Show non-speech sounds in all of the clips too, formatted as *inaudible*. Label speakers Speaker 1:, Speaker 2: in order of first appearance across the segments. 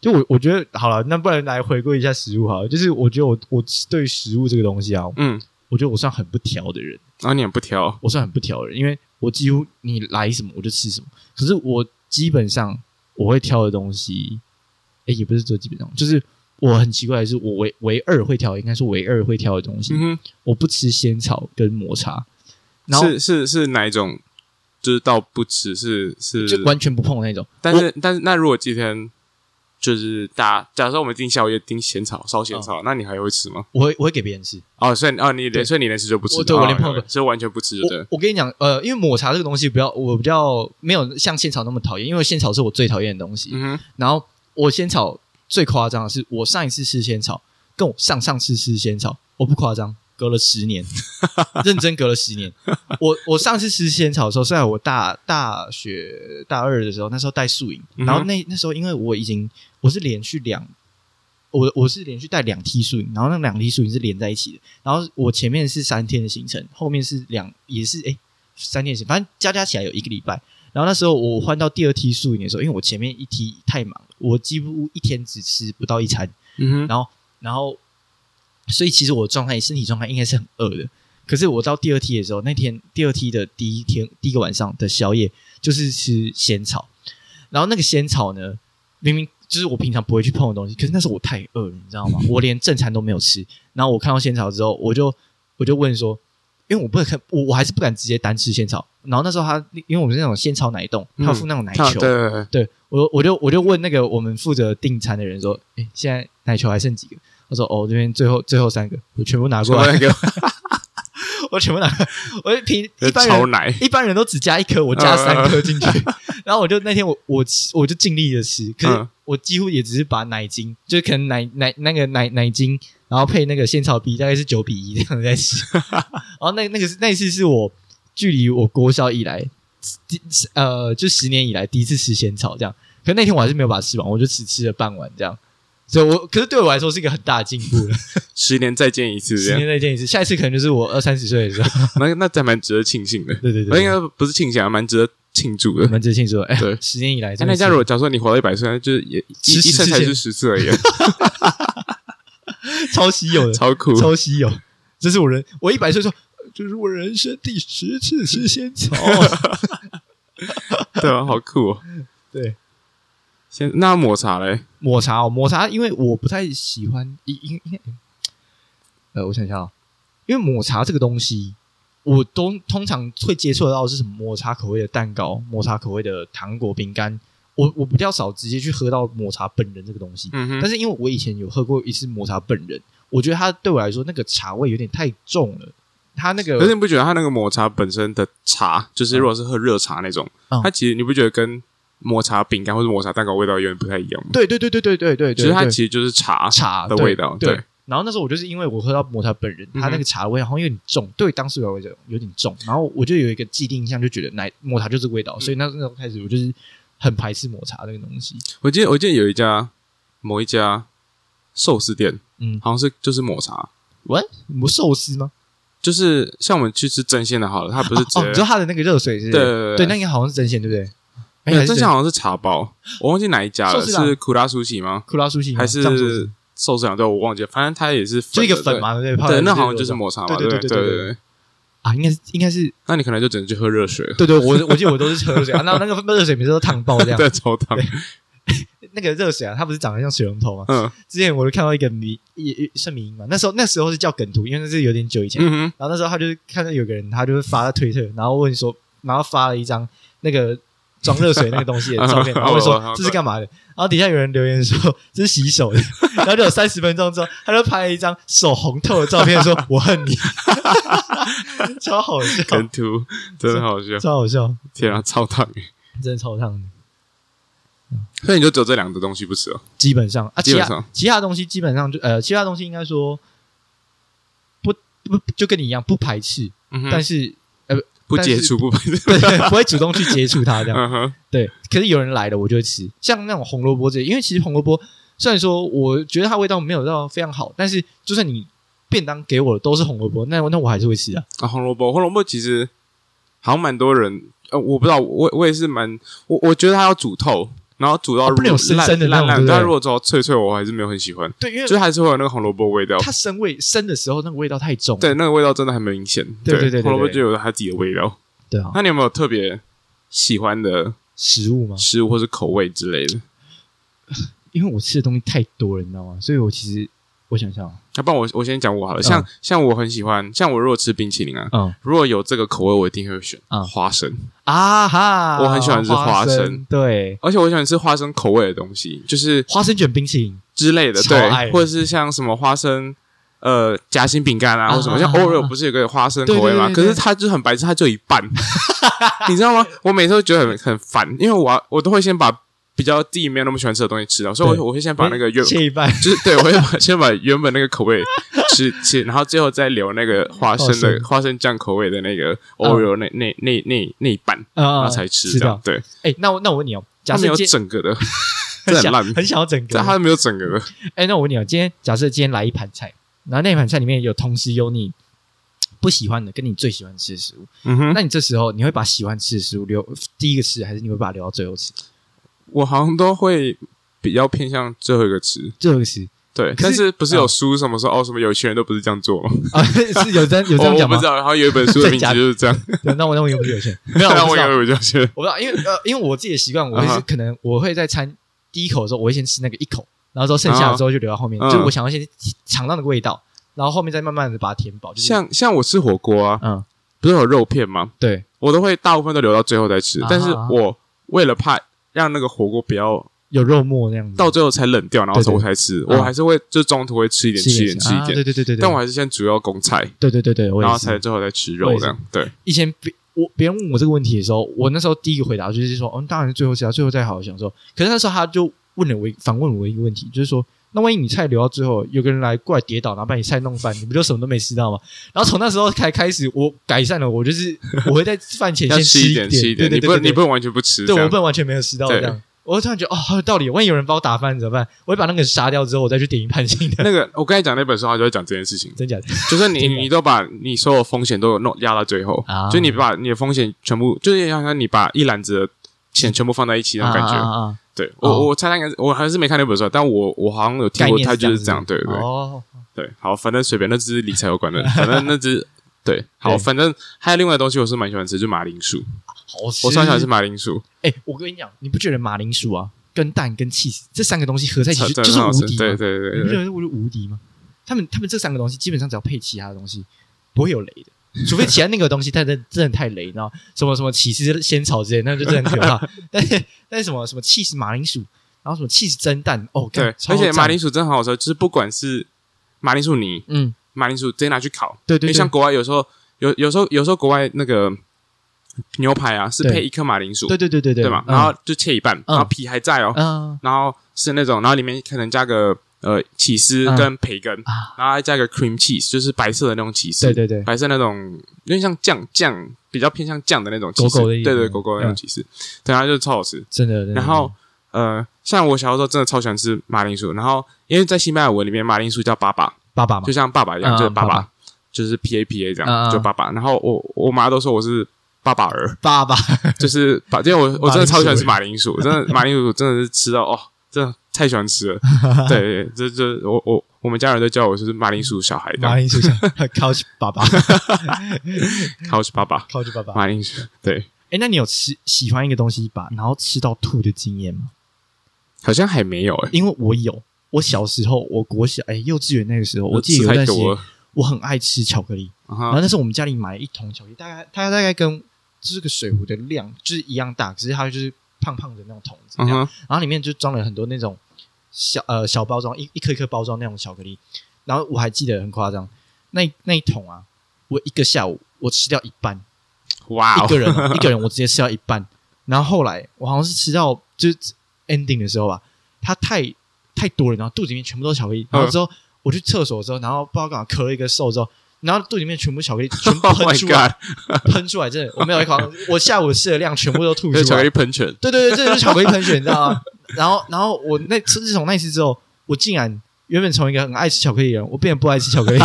Speaker 1: 就我我觉得好了，那不然来回归一下食物好了，就是我觉得我我对食物这个东西啊，
Speaker 2: 嗯，
Speaker 1: 我觉得我算很不挑的人，
Speaker 2: 然后你很不挑，
Speaker 1: 我算很不挑的人，因为我几乎你来什么我就吃什么，可是我基本上我会挑的东西，哎，也不是说基本上，就是我很奇怪的是，我唯唯二会挑，应该说唯二会挑的东西，
Speaker 2: 嗯
Speaker 1: 我不吃仙草跟抹茶，然
Speaker 2: 哼，
Speaker 1: 后
Speaker 2: 是是是哪一种？就是到不吃是是，
Speaker 1: 就完全不碰的那种。
Speaker 2: 但是但是那如果今天就是大，假设我们订宵夜订咸草烧咸草，那你还会吃吗？
Speaker 1: 我会我会给别人吃。
Speaker 2: 哦，所以哦你
Speaker 1: 哦对
Speaker 2: 连所以你连吃就不吃，
Speaker 1: 我对我连
Speaker 2: 哦
Speaker 1: 碰都
Speaker 2: 所以完全不吃就对
Speaker 1: 我
Speaker 2: 了。
Speaker 1: 我跟你讲，呃，因为抹茶这个东西比较，我比较没有像仙草那么讨厌，因为仙草是我最讨厌的东西。
Speaker 2: 嗯哼，
Speaker 1: 然后我仙草最夸张的是，我上一次吃仙草，跟我上上次吃仙草，我不夸张，隔了十
Speaker 2: *laughs*
Speaker 1: 年，认真隔了十年。我我上次吃仙草的时候是在我大大学大二的时候，那时候带宿营，
Speaker 2: 嗯哼
Speaker 1: 然后那那时候因为我已经我是连续两。我我是连续带两梯宿营，然后那两梯宿营是连在一起的。然后我前面是三天的行程，后面是两也是诶三天行，反正加加起来有一个礼拜。然后那时候我换到第二梯宿营的时候，因为我前面一梯太忙，我几乎一天只吃不到一餐，
Speaker 2: 嗯哼，
Speaker 1: 然后然后所以其实我状态身体状态应该是很饿的。可是我到第二梯的时候，那天第二梯的第一天第一个晚上的宵夜就是吃仙草，然后那个仙草呢，明明就是我平常不会去碰的东西，可是那时候我太饿了，你知道吗？我连正餐都没有吃，然后我看到仙草之后，我就我就问说，因为我不能看，我我还是不敢直接单吃仙草。然后那时候他，因为我们是那种仙草奶冻，他有附那种奶
Speaker 2: 他
Speaker 1: 球，
Speaker 2: 啊对对对，
Speaker 1: 对我我就我就问那个我们负责订餐的人说，哎，现在奶球还剩几个？他说哦，这边最后最后三个，我全部拿过
Speaker 2: 说
Speaker 1: 来
Speaker 2: 那，个
Speaker 1: 我全部拿过来，我 *laughs* 就平 *laughs* 一般
Speaker 2: 超
Speaker 1: 人
Speaker 2: 奶，
Speaker 1: 一般人都只加一颗，我加三颗进去，
Speaker 2: 嗯
Speaker 1: *laughs* 然后我就那天我我吃我就尽力的吃，可是
Speaker 2: 嗯
Speaker 1: 我几乎也只是把奶精，就是可能奶奶那个奶奶精，然后配那个仙草比大概是九比一这样子在
Speaker 2: *laughs*
Speaker 1: 吃，然后那那个是那一次是我距离我国小以来，第呃就十年以来第一次吃仙草这样，可那天我还是没有把它吃完，我就只吃了半碗这样。所以我可是对我来说是一个很大的进步了。
Speaker 2: 十年再见一次这
Speaker 1: 十
Speaker 2: 样，
Speaker 1: 年再见一次，下一次可能就是我二三十岁的
Speaker 2: *laughs*
Speaker 1: 时候。
Speaker 2: 那那还蛮值得庆幸的。
Speaker 1: 对对对
Speaker 2: 那应
Speaker 1: 对，
Speaker 2: 该不是庆幸，啊，蛮值得庆
Speaker 1: *laughs*
Speaker 2: 祝的
Speaker 1: 我。们最清楚了。哎
Speaker 2: 对，
Speaker 1: 十年以来，
Speaker 2: 哎那假如我假如说你活到一百岁，那就是也一
Speaker 1: *laughs* 吃
Speaker 2: 一
Speaker 1: 十
Speaker 2: 生
Speaker 1: 次
Speaker 2: 才
Speaker 1: 仙
Speaker 2: 吃十次而已啊，
Speaker 1: 超稀有的，
Speaker 2: 超酷。
Speaker 1: *laughs* 超稀有。这是我人，我一百岁说，呃这是我人生第十次吃仙
Speaker 2: *laughs*
Speaker 1: 草。
Speaker 2: 对啊，好酷哦！
Speaker 1: 对，
Speaker 2: 先那抹茶嘞，
Speaker 1: 抹茶哦，抹茶，因为我不太喜欢，因因因，呃，我想想啊、因为抹茶这个东西，我都通常会接触到的是什么抹茶口味的蛋糕、抹茶口味的糖果、饼干。我我比较少直接去喝到抹茶本人这个东西，
Speaker 2: 嗯哼，
Speaker 1: 但是因为我以前有喝过一次抹茶本人，我觉得它对我来说那个茶味有点太重了，它那个
Speaker 2: 可是你不觉得它那个抹茶本身的茶，就是如果是喝热茶那种，
Speaker 1: 嗯
Speaker 2: 它其实你不觉得跟抹茶饼干或者抹茶蛋糕味道有点不太一样吗？
Speaker 1: 对对对对对对对，
Speaker 2: 其实它
Speaker 1: 对
Speaker 2: 其实就是茶，
Speaker 1: 茶
Speaker 2: 的
Speaker 1: 对
Speaker 2: 味道
Speaker 1: 对
Speaker 2: 对。
Speaker 1: 然后那时候我就是因为我喝到抹茶本人，它那
Speaker 2: 嗯
Speaker 1: 个
Speaker 2: 哼
Speaker 1: 茶的味道好像有点重，对当时我来讲有点重。然后我就有一个既定印象，就觉得奶抹茶就是味道，所以那那时候开始我就是很排斥抹茶这个东西。
Speaker 2: 我记得我记得有一家某一家寿司店，
Speaker 1: 嗯
Speaker 2: 好像是就是抹茶，
Speaker 1: 喂，不寿司吗？
Speaker 2: 就是像我们去吃真鲜的，好了，它不是直
Speaker 1: 哦，你
Speaker 2: 接、
Speaker 1: 说它的那个热水是不
Speaker 2: 对
Speaker 1: 是？
Speaker 2: 对
Speaker 1: 对，那应该好像是真鲜，对不对？
Speaker 2: 没
Speaker 1: 哎，还
Speaker 2: 有
Speaker 1: 是
Speaker 2: 真鲜好像是茶包，我忘记哪一家了，
Speaker 1: 寿司郎嗯
Speaker 2: 是苦拉苏喜吗？
Speaker 1: 库拉苏西吗
Speaker 2: 还
Speaker 1: 这样说
Speaker 2: 是寿司郎？对，我忘记了，反正它也是粉
Speaker 1: 就一个
Speaker 2: 的
Speaker 1: 粉？嘛，对不对？泡
Speaker 2: 对，
Speaker 1: 在
Speaker 2: 对那
Speaker 1: 热
Speaker 2: 好像就是
Speaker 1: 水
Speaker 2: 抹茶嘛，
Speaker 1: 对对
Speaker 2: 对
Speaker 1: 对
Speaker 2: 对
Speaker 1: 对对啊，应该是应该是
Speaker 2: 那你可能就只能去喝热水了，
Speaker 1: 对对，我我记得我都是喝热水啊，那那个热水每次都烫爆这
Speaker 2: *laughs*
Speaker 1: 样。
Speaker 2: 对，超烫，
Speaker 1: 那个热水啊，它不是长得像水龙头吗？ *laughs*
Speaker 2: 嗯
Speaker 1: 之前我就看到一个迷，也也算迷因嘛。那时候那时候是叫梗图，因为那是有点久以前。
Speaker 2: 嗯哼，
Speaker 1: 然后那时候他就是看到有个人，他就是发在推特，然后问说，然后发了一张那个装热水那个东西的
Speaker 2: *laughs*
Speaker 1: 照片，然后问
Speaker 2: 好好
Speaker 1: 说
Speaker 2: 好
Speaker 1: 这是干嘛的？然后底下有人留言说这是洗手的。然后就有三十分钟之后，他就拍了一张手红透的照片，说我恨你， *laughs* 超好笑，
Speaker 2: 梗图真的好笑，
Speaker 1: 超好笑，
Speaker 2: 天啊，超烫！
Speaker 1: 真的超烫的。
Speaker 2: 所以你就只有这两个东西不吃哦，
Speaker 1: 基本上啊，
Speaker 2: 基
Speaker 1: 其
Speaker 2: 本
Speaker 1: 他
Speaker 2: 上
Speaker 1: 其他东西基本上就呃，其他东西应该说不不就跟你一样不排斥，
Speaker 2: 嗯
Speaker 1: 但
Speaker 2: 哼，
Speaker 1: 是 *laughs*
Speaker 2: 不
Speaker 1: 但是
Speaker 2: 接触不，
Speaker 1: *laughs* 对不会主动去接触它这样。
Speaker 2: 嗯哼，
Speaker 1: 对，可是有人来了，我就会吃，像那种红萝卜这些，因为其实红萝卜虽然说我觉得它味道没有到非常好，但是就算你便当给我的都是红萝卜，那那我还是会吃啊。
Speaker 2: 啊，红萝卜，红萝卜其实好像蛮多人，呃，我不知道，我我也是蛮，我我觉得它要煮透，然后煮到
Speaker 1: 哦不能有
Speaker 2: 烂
Speaker 1: 生生的那
Speaker 2: 烂
Speaker 1: 种
Speaker 2: 烂
Speaker 1: 对不对
Speaker 2: 但如果煮到脆脆，我还是没有很喜欢，
Speaker 1: 对，因
Speaker 2: 就是
Speaker 1: 为
Speaker 2: 还是会有那个红萝卜味道。
Speaker 1: 它生味生的时候那个味道太重，
Speaker 2: 哦对，那个味道真的还蛮明显。
Speaker 1: 对对对对
Speaker 2: 红萝卜
Speaker 1: 对
Speaker 2: 就有它自己的味道。
Speaker 1: 对啊，
Speaker 2: 哦那你有没有特别喜欢的
Speaker 1: 食物吗？
Speaker 2: 食物或是口味之类的？
Speaker 1: 因为我吃的东西太多了，你知道吗？所以我其实我想想啊，
Speaker 2: 要不然我我先讲我好了，
Speaker 1: 嗯
Speaker 2: 像像我很喜欢，像我如果吃冰淇淋啊，
Speaker 1: 嗯
Speaker 2: 如果有这个口味，我一定会选
Speaker 1: 嗯
Speaker 2: 花生，
Speaker 1: 啊哈，
Speaker 2: 我很喜欢吃花生
Speaker 1: 对，
Speaker 2: 而且我喜欢吃花生口味的东西，就是
Speaker 1: 花生卷冰淇淋，
Speaker 2: 之类的，
Speaker 1: 超爱
Speaker 2: 对，或者是像什么花生。呃，夹心饼干啊，
Speaker 1: 啊
Speaker 2: 或什么，
Speaker 1: 啊
Speaker 2: 像
Speaker 1: 啊
Speaker 2: 偶尔不是有个花生
Speaker 1: 对
Speaker 2: 口味吗？
Speaker 1: 对对
Speaker 2: 可
Speaker 1: 对
Speaker 2: 是它就是很白痴，它就一半， *laughs* 你知道吗？我每次都觉得很很烦，因为我要我都会先把比较自己没有那么喜欢吃的东西吃掉，所以
Speaker 1: 对
Speaker 2: 我我会先把那个原
Speaker 1: 切一半， *laughs*
Speaker 2: 就是对，我会把 *laughs* 先把原本那个口味吃吃，然后最后再留那个花生
Speaker 1: 花
Speaker 2: 的
Speaker 1: 生
Speaker 2: 花生酱口味的那个 Oreo 那那那那那一半，然
Speaker 1: 啊
Speaker 2: 后才吃
Speaker 1: 吃
Speaker 2: 这样
Speaker 1: 掉。。
Speaker 2: 对，
Speaker 1: 哎，那我那我问你哦，假
Speaker 2: 它没
Speaker 1: 设
Speaker 2: 有
Speaker 1: 今天 *laughs*
Speaker 2: 整个的，
Speaker 1: 很
Speaker 2: 这很
Speaker 1: 想
Speaker 2: 烂
Speaker 1: 很想要整
Speaker 2: 但
Speaker 1: 个，
Speaker 2: 它没有整个的。
Speaker 1: 哎，那我问你哦，今天假设今天来一盘菜，然后那一盘菜里面有同时有你不喜欢的跟你最喜欢吃的食物，
Speaker 2: 嗯哼，
Speaker 1: 那你这时候你会把喜欢吃的食物留第一个吃，还是你会把它留到最后吃？
Speaker 2: 我好像都会比较偏向最后一个吃。
Speaker 1: 最后一个吃
Speaker 2: 对，
Speaker 1: 可是嗯
Speaker 2: 但是不是有书什么说哦什么有钱人都不是这样做吗？哦
Speaker 1: 啊？ *laughs* 是有这样有这
Speaker 2: 我
Speaker 1: 样
Speaker 2: 我
Speaker 1: 讲
Speaker 2: 不
Speaker 1: 吗
Speaker 2: 知？道，然后有一本书的
Speaker 1: 真
Speaker 2: 名字
Speaker 1: 假的
Speaker 2: 就是这样，
Speaker 1: 对那我那我有没有钱？
Speaker 2: *laughs*
Speaker 1: 没有，
Speaker 2: 但
Speaker 1: 我
Speaker 2: 我
Speaker 1: 不
Speaker 2: 以
Speaker 1: 知道
Speaker 2: 为我就觉得
Speaker 1: 我不知道，因为呃，因为我自己的习惯，我会
Speaker 2: 啊
Speaker 1: 是
Speaker 2: 哈
Speaker 1: 可能我会在餐第一口的时候，我会先吃那个一口，然后之后剩下的之后就留到后面，
Speaker 2: 啊
Speaker 1: 就是我想要先尝到那个味道，然后后面再慢慢的把它填饱。就是
Speaker 2: 像像我吃火锅啊，
Speaker 1: 嗯，
Speaker 2: 不是有肉片吗？
Speaker 1: 对，
Speaker 2: 我都会大部分都留到最后再吃，
Speaker 1: 啊
Speaker 2: 但是我为了怕让那个火锅不要
Speaker 1: 有肉末那样子，
Speaker 2: 到最后才冷掉，然后
Speaker 1: 对对
Speaker 2: 我才吃，
Speaker 1: 啊
Speaker 2: 我还是会就中途会吃一点，
Speaker 1: 吃
Speaker 2: 吃一
Speaker 1: 一
Speaker 2: 点，
Speaker 1: 点
Speaker 2: 吃一
Speaker 1: 啊
Speaker 2: 点，
Speaker 1: 对对对对对，
Speaker 2: 但我还是先主要供菜，
Speaker 1: 对对对对，我
Speaker 2: 然后
Speaker 1: 也
Speaker 2: 才
Speaker 1: 是。
Speaker 2: 最后再吃
Speaker 1: 我
Speaker 2: 肉
Speaker 1: 也是
Speaker 2: 这样。对，
Speaker 1: 以前别我别人问我这个问题的时候，我那时候第一个回答就是说，嗯，当然是最后吃啊，最后再好好享受。可是那时候他就问了我一反问我一个问题，就是说，那万一你菜留到最后，有个人来过来跌倒，然后把你菜弄翻，你不就什么都没吃到吗？然后从那时候才开始，我改善了，我就是我会在饭前
Speaker 2: 要
Speaker 1: 先
Speaker 2: 吃
Speaker 1: 一
Speaker 2: 点，吃
Speaker 1: 吃
Speaker 2: 一
Speaker 1: 对
Speaker 2: 点，
Speaker 1: 对
Speaker 2: 你
Speaker 1: 对
Speaker 2: 不
Speaker 1: 对
Speaker 2: 能你
Speaker 1: 对
Speaker 2: 不能完全不吃，
Speaker 1: 对，
Speaker 2: 这
Speaker 1: 我
Speaker 2: 样
Speaker 1: 不能完全没有吃到
Speaker 2: 对
Speaker 1: 这样。我突然觉得哦，好有道理。万一有人把我打翻怎么办？我会把那个人杀掉之后，我再去点一盘新
Speaker 2: *laughs*
Speaker 1: 的。，
Speaker 2: 那个我刚才讲那本书，它就在讲这件事情
Speaker 1: 真假的？
Speaker 2: 就
Speaker 1: *laughs*
Speaker 2: 是你
Speaker 1: 真的
Speaker 2: 你都把你所有风险都有弄压到最后
Speaker 1: 啊，
Speaker 2: 就你把你的风险全部，就是像像你把一篮子的钱全部放在一起那种感
Speaker 1: 啊
Speaker 2: 觉。
Speaker 1: 啊啊啊
Speaker 2: 对我
Speaker 1: 哦
Speaker 2: 我猜他应该是，我还是没看那本书，啊但我我好像有听
Speaker 1: 概
Speaker 2: 过，
Speaker 1: 念
Speaker 2: 他就是
Speaker 1: 这
Speaker 2: 这样，对对对。
Speaker 1: 哦，
Speaker 2: 对，好，反正随便，那只是理财有
Speaker 1: *laughs*
Speaker 2: 关的，反正那只对，好，
Speaker 1: 对
Speaker 2: 反正还有另外的东西，我是蛮喜欢吃，就马铃薯，
Speaker 1: 好吃。
Speaker 2: 我超喜欢吃马铃薯，
Speaker 1: 哎、我跟你讲，你不觉得马铃薯啊、跟蛋、跟 cheese 这三个东西合在一起就
Speaker 2: 真
Speaker 1: 就
Speaker 2: 的
Speaker 1: 是
Speaker 2: 很好
Speaker 1: 无
Speaker 2: 吃，
Speaker 1: 敌吗？
Speaker 2: 对
Speaker 1: 你
Speaker 2: 对对
Speaker 1: 不觉
Speaker 2: 对，
Speaker 1: 得我就无敌吗？他们他们这三个东西基本上只要配其他的东西，不会有雷的，除非其他那个东西太真真的太雷，你知道吗什么什么起司仙草之类的，那就真的很可
Speaker 2: *laughs*
Speaker 1: 怕。但是但是什么什么 cheese 马铃薯，然后什么 cheese 蒸蛋，哦，
Speaker 2: 对，
Speaker 1: 干超
Speaker 2: 而且
Speaker 1: 赞
Speaker 2: 马铃薯真的很好吃，就是不管是马铃薯泥、
Speaker 1: 嗯，
Speaker 2: 马铃薯直接拿去烤，
Speaker 1: 对
Speaker 2: 因
Speaker 1: 对
Speaker 2: 为
Speaker 1: 对，
Speaker 2: 哎像国外有时候有有时候有时候国外那个牛排啊是
Speaker 1: 对
Speaker 2: 配一颗马铃薯，
Speaker 1: 对对对对嗯对
Speaker 2: 对嘛，然后就切一半，然后皮还在哦，
Speaker 1: 嗯
Speaker 2: 然后是那种，然后里面可能加个呃起司
Speaker 1: 嗯
Speaker 2: 跟培根，
Speaker 1: 啊，
Speaker 2: 然后还加个 cream cheese，就是白色的那种起司
Speaker 1: 对，对对，
Speaker 2: 白色那种有点像酱酱，比较偏向酱的那种起司，
Speaker 1: 狗狗的意
Speaker 2: 对
Speaker 1: 思
Speaker 2: 对，狗狗的那种
Speaker 1: 嗯
Speaker 2: 起司，对，它就超好吃。
Speaker 1: 真的。真的
Speaker 2: 然后呃，像我小时候真的超喜欢吃马铃薯，然后因为在西班牙文里面马铃薯叫爸爸，
Speaker 1: 爸爸嘛
Speaker 2: 就，像爸爸
Speaker 1: 嗯
Speaker 2: 一样，就是爸
Speaker 1: 爸
Speaker 2: 爸，就是 P A P A
Speaker 1: 嗯
Speaker 2: 这
Speaker 1: 嗯
Speaker 2: 样，就爸爸。然后我我妈都说我是。爸爸儿
Speaker 1: 爸
Speaker 2: *laughs*
Speaker 1: 爸，
Speaker 2: 就是把，因为我我真的超喜欢吃
Speaker 1: 马欸
Speaker 2: 马铃薯，真的马铃薯真的是吃到哦，真的太喜欢吃了。对对，对这这我我我们家人都叫我就是马铃薯小孩这
Speaker 1: 马
Speaker 2: 样
Speaker 1: 铃薯 *laughs* couch 爸爸
Speaker 2: ，couch 爸爸，
Speaker 1: ，couch 爸爸，
Speaker 2: 马铃薯对，
Speaker 1: 哎，那你有吃喜欢一个东西把然后吃到吐的经验吗？
Speaker 2: 好像还没有哎、
Speaker 1: 因为我有，我小时候，我国小哎幼稚园那个时候，我记得
Speaker 2: 吃
Speaker 1: 有一
Speaker 2: 太
Speaker 1: 段时
Speaker 2: 多
Speaker 1: 间
Speaker 2: 了。
Speaker 1: 我很爱吃巧克力，
Speaker 2: 啊
Speaker 1: 然后
Speaker 2: 哈
Speaker 1: 那时候我们家里买了一桶巧克力，大概它大概跟这个水壶的量就是一样大，可是它就是胖胖的那种桶子这
Speaker 2: 嗯
Speaker 1: 样，
Speaker 2: 哼，
Speaker 1: 然后里面就装了很多那种小呃小包装，一一颗一颗包装那种巧克力。然后我还记得很夸张，那那一桶啊，我一个下午我吃掉一半，
Speaker 2: 哇
Speaker 1: 一
Speaker 2: 哦，
Speaker 1: 个人哦，一个人我直接吃到一半，然后后来我好像是吃到就是 ending 的时候吧，它太太多了，然后肚子里面全部都是巧克力，然后之后我去厕所的时候，然后不知道干嘛咳了一个嗽之后，然后肚子里面全部巧克力全部
Speaker 2: Oh
Speaker 1: 喷
Speaker 2: my
Speaker 1: 出来
Speaker 2: god，
Speaker 1: 喷出来，真的我没有一口，我下午吃的量全部都吐
Speaker 2: *laughs* 这是
Speaker 1: 出
Speaker 2: 巧克
Speaker 1: 来
Speaker 2: 力，喷泉，
Speaker 1: 对对对，这就是巧克力喷血，你知道吗？然后然后我那自从那一次之后，我竟然原本从一个很爱吃巧克力的人，我变得不爱吃巧克力，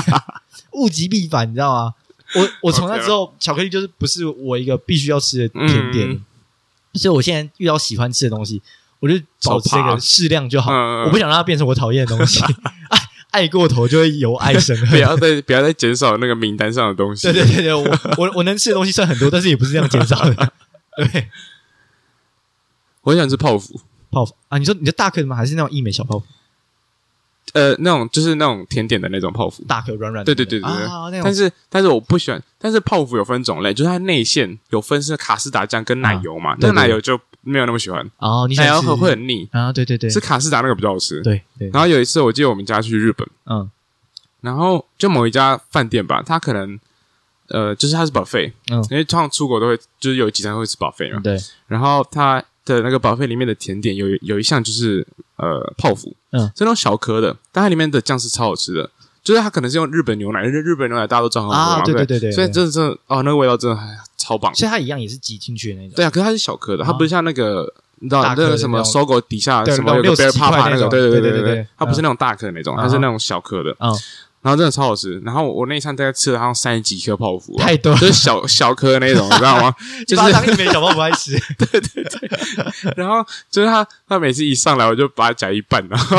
Speaker 1: 物极必反，你知道吗？我我从那之后，巧克力就是不是我一个必须要吃的甜点，
Speaker 2: 嗯
Speaker 1: 所以我现在遇到喜欢吃的东西，我就保持这
Speaker 2: 少爬
Speaker 1: 个适量就好，
Speaker 2: 嗯嗯嗯
Speaker 1: 我不想让它变成我讨厌的东西。爱爱过头就会由爱生恨，
Speaker 2: 不要再不要再减少那个名单上的东西。
Speaker 1: 对对对对，我我我能吃的东西算很多，但是也不是这样减少的。对，
Speaker 2: 我很想吃泡芙，
Speaker 1: 泡芙啊，你说你的大颗的吗？还是那种一美小泡芙，
Speaker 2: 呃，那种就是那种甜点的那种泡芙。
Speaker 1: 大颗软软的？
Speaker 2: 对对对对对
Speaker 1: 啊，那
Speaker 2: 但
Speaker 1: 种
Speaker 2: 是但是我不喜欢，但是泡芙有分种类，就是它内馅有分是卡士达酱跟奶油嘛，
Speaker 1: 啊对
Speaker 2: 那
Speaker 1: 对
Speaker 2: 奶油就没有那么喜欢，
Speaker 1: 哦，你
Speaker 2: 奶
Speaker 1: 想
Speaker 2: 油
Speaker 1: 吃
Speaker 2: 会会很腻，
Speaker 1: 啊？对对对，
Speaker 2: 是卡士达那个比较好吃。
Speaker 1: 对对，
Speaker 2: 然后有一次我记得我们家去日本，
Speaker 1: 嗯
Speaker 2: 然后就某一家饭店吧，它可能呃就是它是 buffet，
Speaker 1: 嗯
Speaker 2: 因为通常出国都会就是有几餐会吃 buffet 嘛，
Speaker 1: 对，
Speaker 2: 然后它的那个 buffet 里面的甜点有有一项就是呃泡芙，
Speaker 1: 嗯
Speaker 2: 是那种小颗的，但它里面的酱是超好吃的。就是它可能是用日本牛奶，因为日本牛奶大家都知道很好喝嘛，
Speaker 1: 啊对
Speaker 2: 不
Speaker 1: 对对对
Speaker 2: 所以真的真的哦，那个味道真的还超棒。
Speaker 1: 所以它一样也是挤进去的那种。
Speaker 2: 对啊，可是它是小颗的，它不是像那个你知道
Speaker 1: 大
Speaker 2: 那
Speaker 1: 颗的
Speaker 2: 个什么
Speaker 1: 那种
Speaker 2: 搜狗底下
Speaker 1: 对
Speaker 2: 什
Speaker 1: 那
Speaker 2: 么
Speaker 1: 种
Speaker 2: 有个 bear
Speaker 1: 60块
Speaker 2: papa
Speaker 1: 那
Speaker 2: 个，
Speaker 1: 种
Speaker 2: 对对
Speaker 1: 对
Speaker 2: 对
Speaker 1: 对对
Speaker 2: 它不是
Speaker 1: 嗯
Speaker 2: 那种大颗的那种，它
Speaker 1: 嗯
Speaker 2: 是那种小颗的，
Speaker 1: 嗯，
Speaker 2: 然后真的超好吃。然后我我那一餐大概吃了好像三十几颗泡芙啊，
Speaker 1: 太多了
Speaker 2: 就是小小颗的那种，你知道吗？
Speaker 1: 就
Speaker 2: 就是
Speaker 1: 是 *laughs* 当一美小泡芙爱吃，
Speaker 2: *laughs* 然后就是他，他每次一上来我就把它夹一半，然后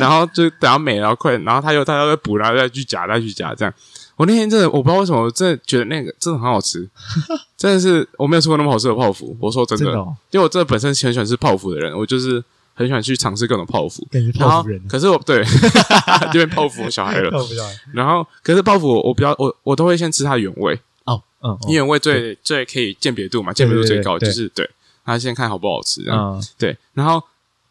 Speaker 2: 然后就等他美，然后快，然后他又他又再补，然后再去夹，再去夹，这样。我那天真的我不知道为什么，我真的觉得那个真的很
Speaker 1: *laughs*
Speaker 2: 好吃，真的是我没有吃过那么好吃的泡芙。我说 *laughs* 真的，
Speaker 1: 真的哦，
Speaker 2: 因为我真的本身很喜欢吃泡芙的人，我就是很喜欢去尝试各种泡芙。
Speaker 1: 感觉
Speaker 2: 然
Speaker 1: 泡
Speaker 2: 后
Speaker 1: 芙人，，
Speaker 2: 可是我对 *laughs* 这边泡芙小
Speaker 1: *laughs*
Speaker 2: 孩了。
Speaker 1: 泡芙人
Speaker 2: 然后，可是泡芙我我比较我我都会先吃它的原味，
Speaker 1: 哦，嗯，哦
Speaker 2: 因为原味最最可以鉴别度嘛，
Speaker 1: 对
Speaker 2: 鉴别度
Speaker 1: 对
Speaker 2: 最
Speaker 1: 对
Speaker 2: 高就
Speaker 1: 对
Speaker 2: 是对，它先看好不好吃这样。
Speaker 1: 嗯，
Speaker 2: 对，然后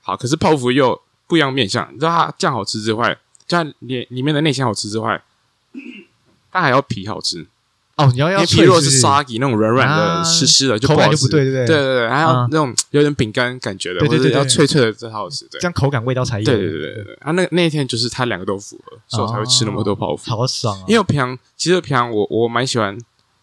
Speaker 2: 好，可是泡芙又不一样面相，你知道它酱好吃之外，就它里里面的内馅好吃之外，它还要皮好吃。
Speaker 1: 哦，你要
Speaker 2: 因
Speaker 1: 要
Speaker 2: 为皮
Speaker 1: 脆
Speaker 2: 如果
Speaker 1: 是
Speaker 2: 是
Speaker 1: 不是
Speaker 2: soggy 那种软软的、
Speaker 1: 啊
Speaker 2: 湿湿的，就
Speaker 1: 口
Speaker 2: 不
Speaker 1: 感
Speaker 2: 好
Speaker 1: 就
Speaker 2: 吃。
Speaker 1: 不对，对不
Speaker 2: 对
Speaker 1: 对？
Speaker 2: 对对，还有
Speaker 1: 啊
Speaker 2: 那种有点饼干感觉的，
Speaker 1: 对对对
Speaker 2: 或者
Speaker 1: 对
Speaker 2: 要脆脆的才好吃。对
Speaker 1: 这，样口感味道才有。
Speaker 2: 对对对对对对。啊，那那一天就是它两个都符合，所以我才会吃那么多泡芙。
Speaker 1: 好爽啊！
Speaker 2: 因为我平常其实平常我我蛮喜欢，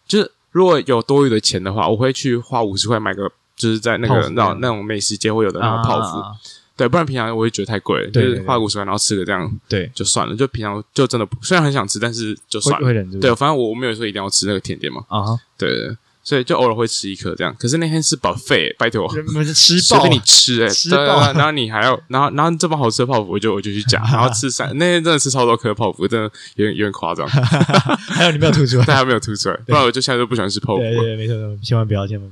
Speaker 2: 就是如果有多余的钱的话，我会去花五十块买个，就是在那
Speaker 1: 泡
Speaker 2: 个
Speaker 1: 芙
Speaker 2: 那种
Speaker 1: 对
Speaker 2: 那种美食街会有的那种泡芙。
Speaker 1: 啊，
Speaker 2: 对，不然平常我会觉得太贵了，
Speaker 1: 对
Speaker 2: 就是
Speaker 1: 对对
Speaker 2: 花五十块然后吃个这样
Speaker 1: 对，
Speaker 2: 就算了，就平常就真的不虽然很想吃，但是就
Speaker 1: 会
Speaker 2: 算了。
Speaker 1: 会忍住。
Speaker 2: 对，反正我我没有说一定要吃那个甜点嘛，
Speaker 1: 啊，
Speaker 2: 对对对，所以就偶尔会吃一颗这样。可是那天是 buffet，拜托，
Speaker 1: 人们吃
Speaker 2: 随
Speaker 1: 爆
Speaker 2: 便你吃哎、
Speaker 1: 吃
Speaker 2: 对对
Speaker 1: 爆
Speaker 2: 对，然后你还要，然后然后这么好吃的泡芙，我就我就去夹，然后
Speaker 1: *laughs*
Speaker 2: 吃三，那天真的吃超多颗泡芙，真的有点有点夸张，
Speaker 1: 还有你没有吐出
Speaker 2: *laughs*
Speaker 1: 来。
Speaker 2: 但还没有吐出来，不然我就现在就不喜欢吃泡芙
Speaker 1: 对对
Speaker 2: 了。
Speaker 1: 对，没错，没错千万不要，千万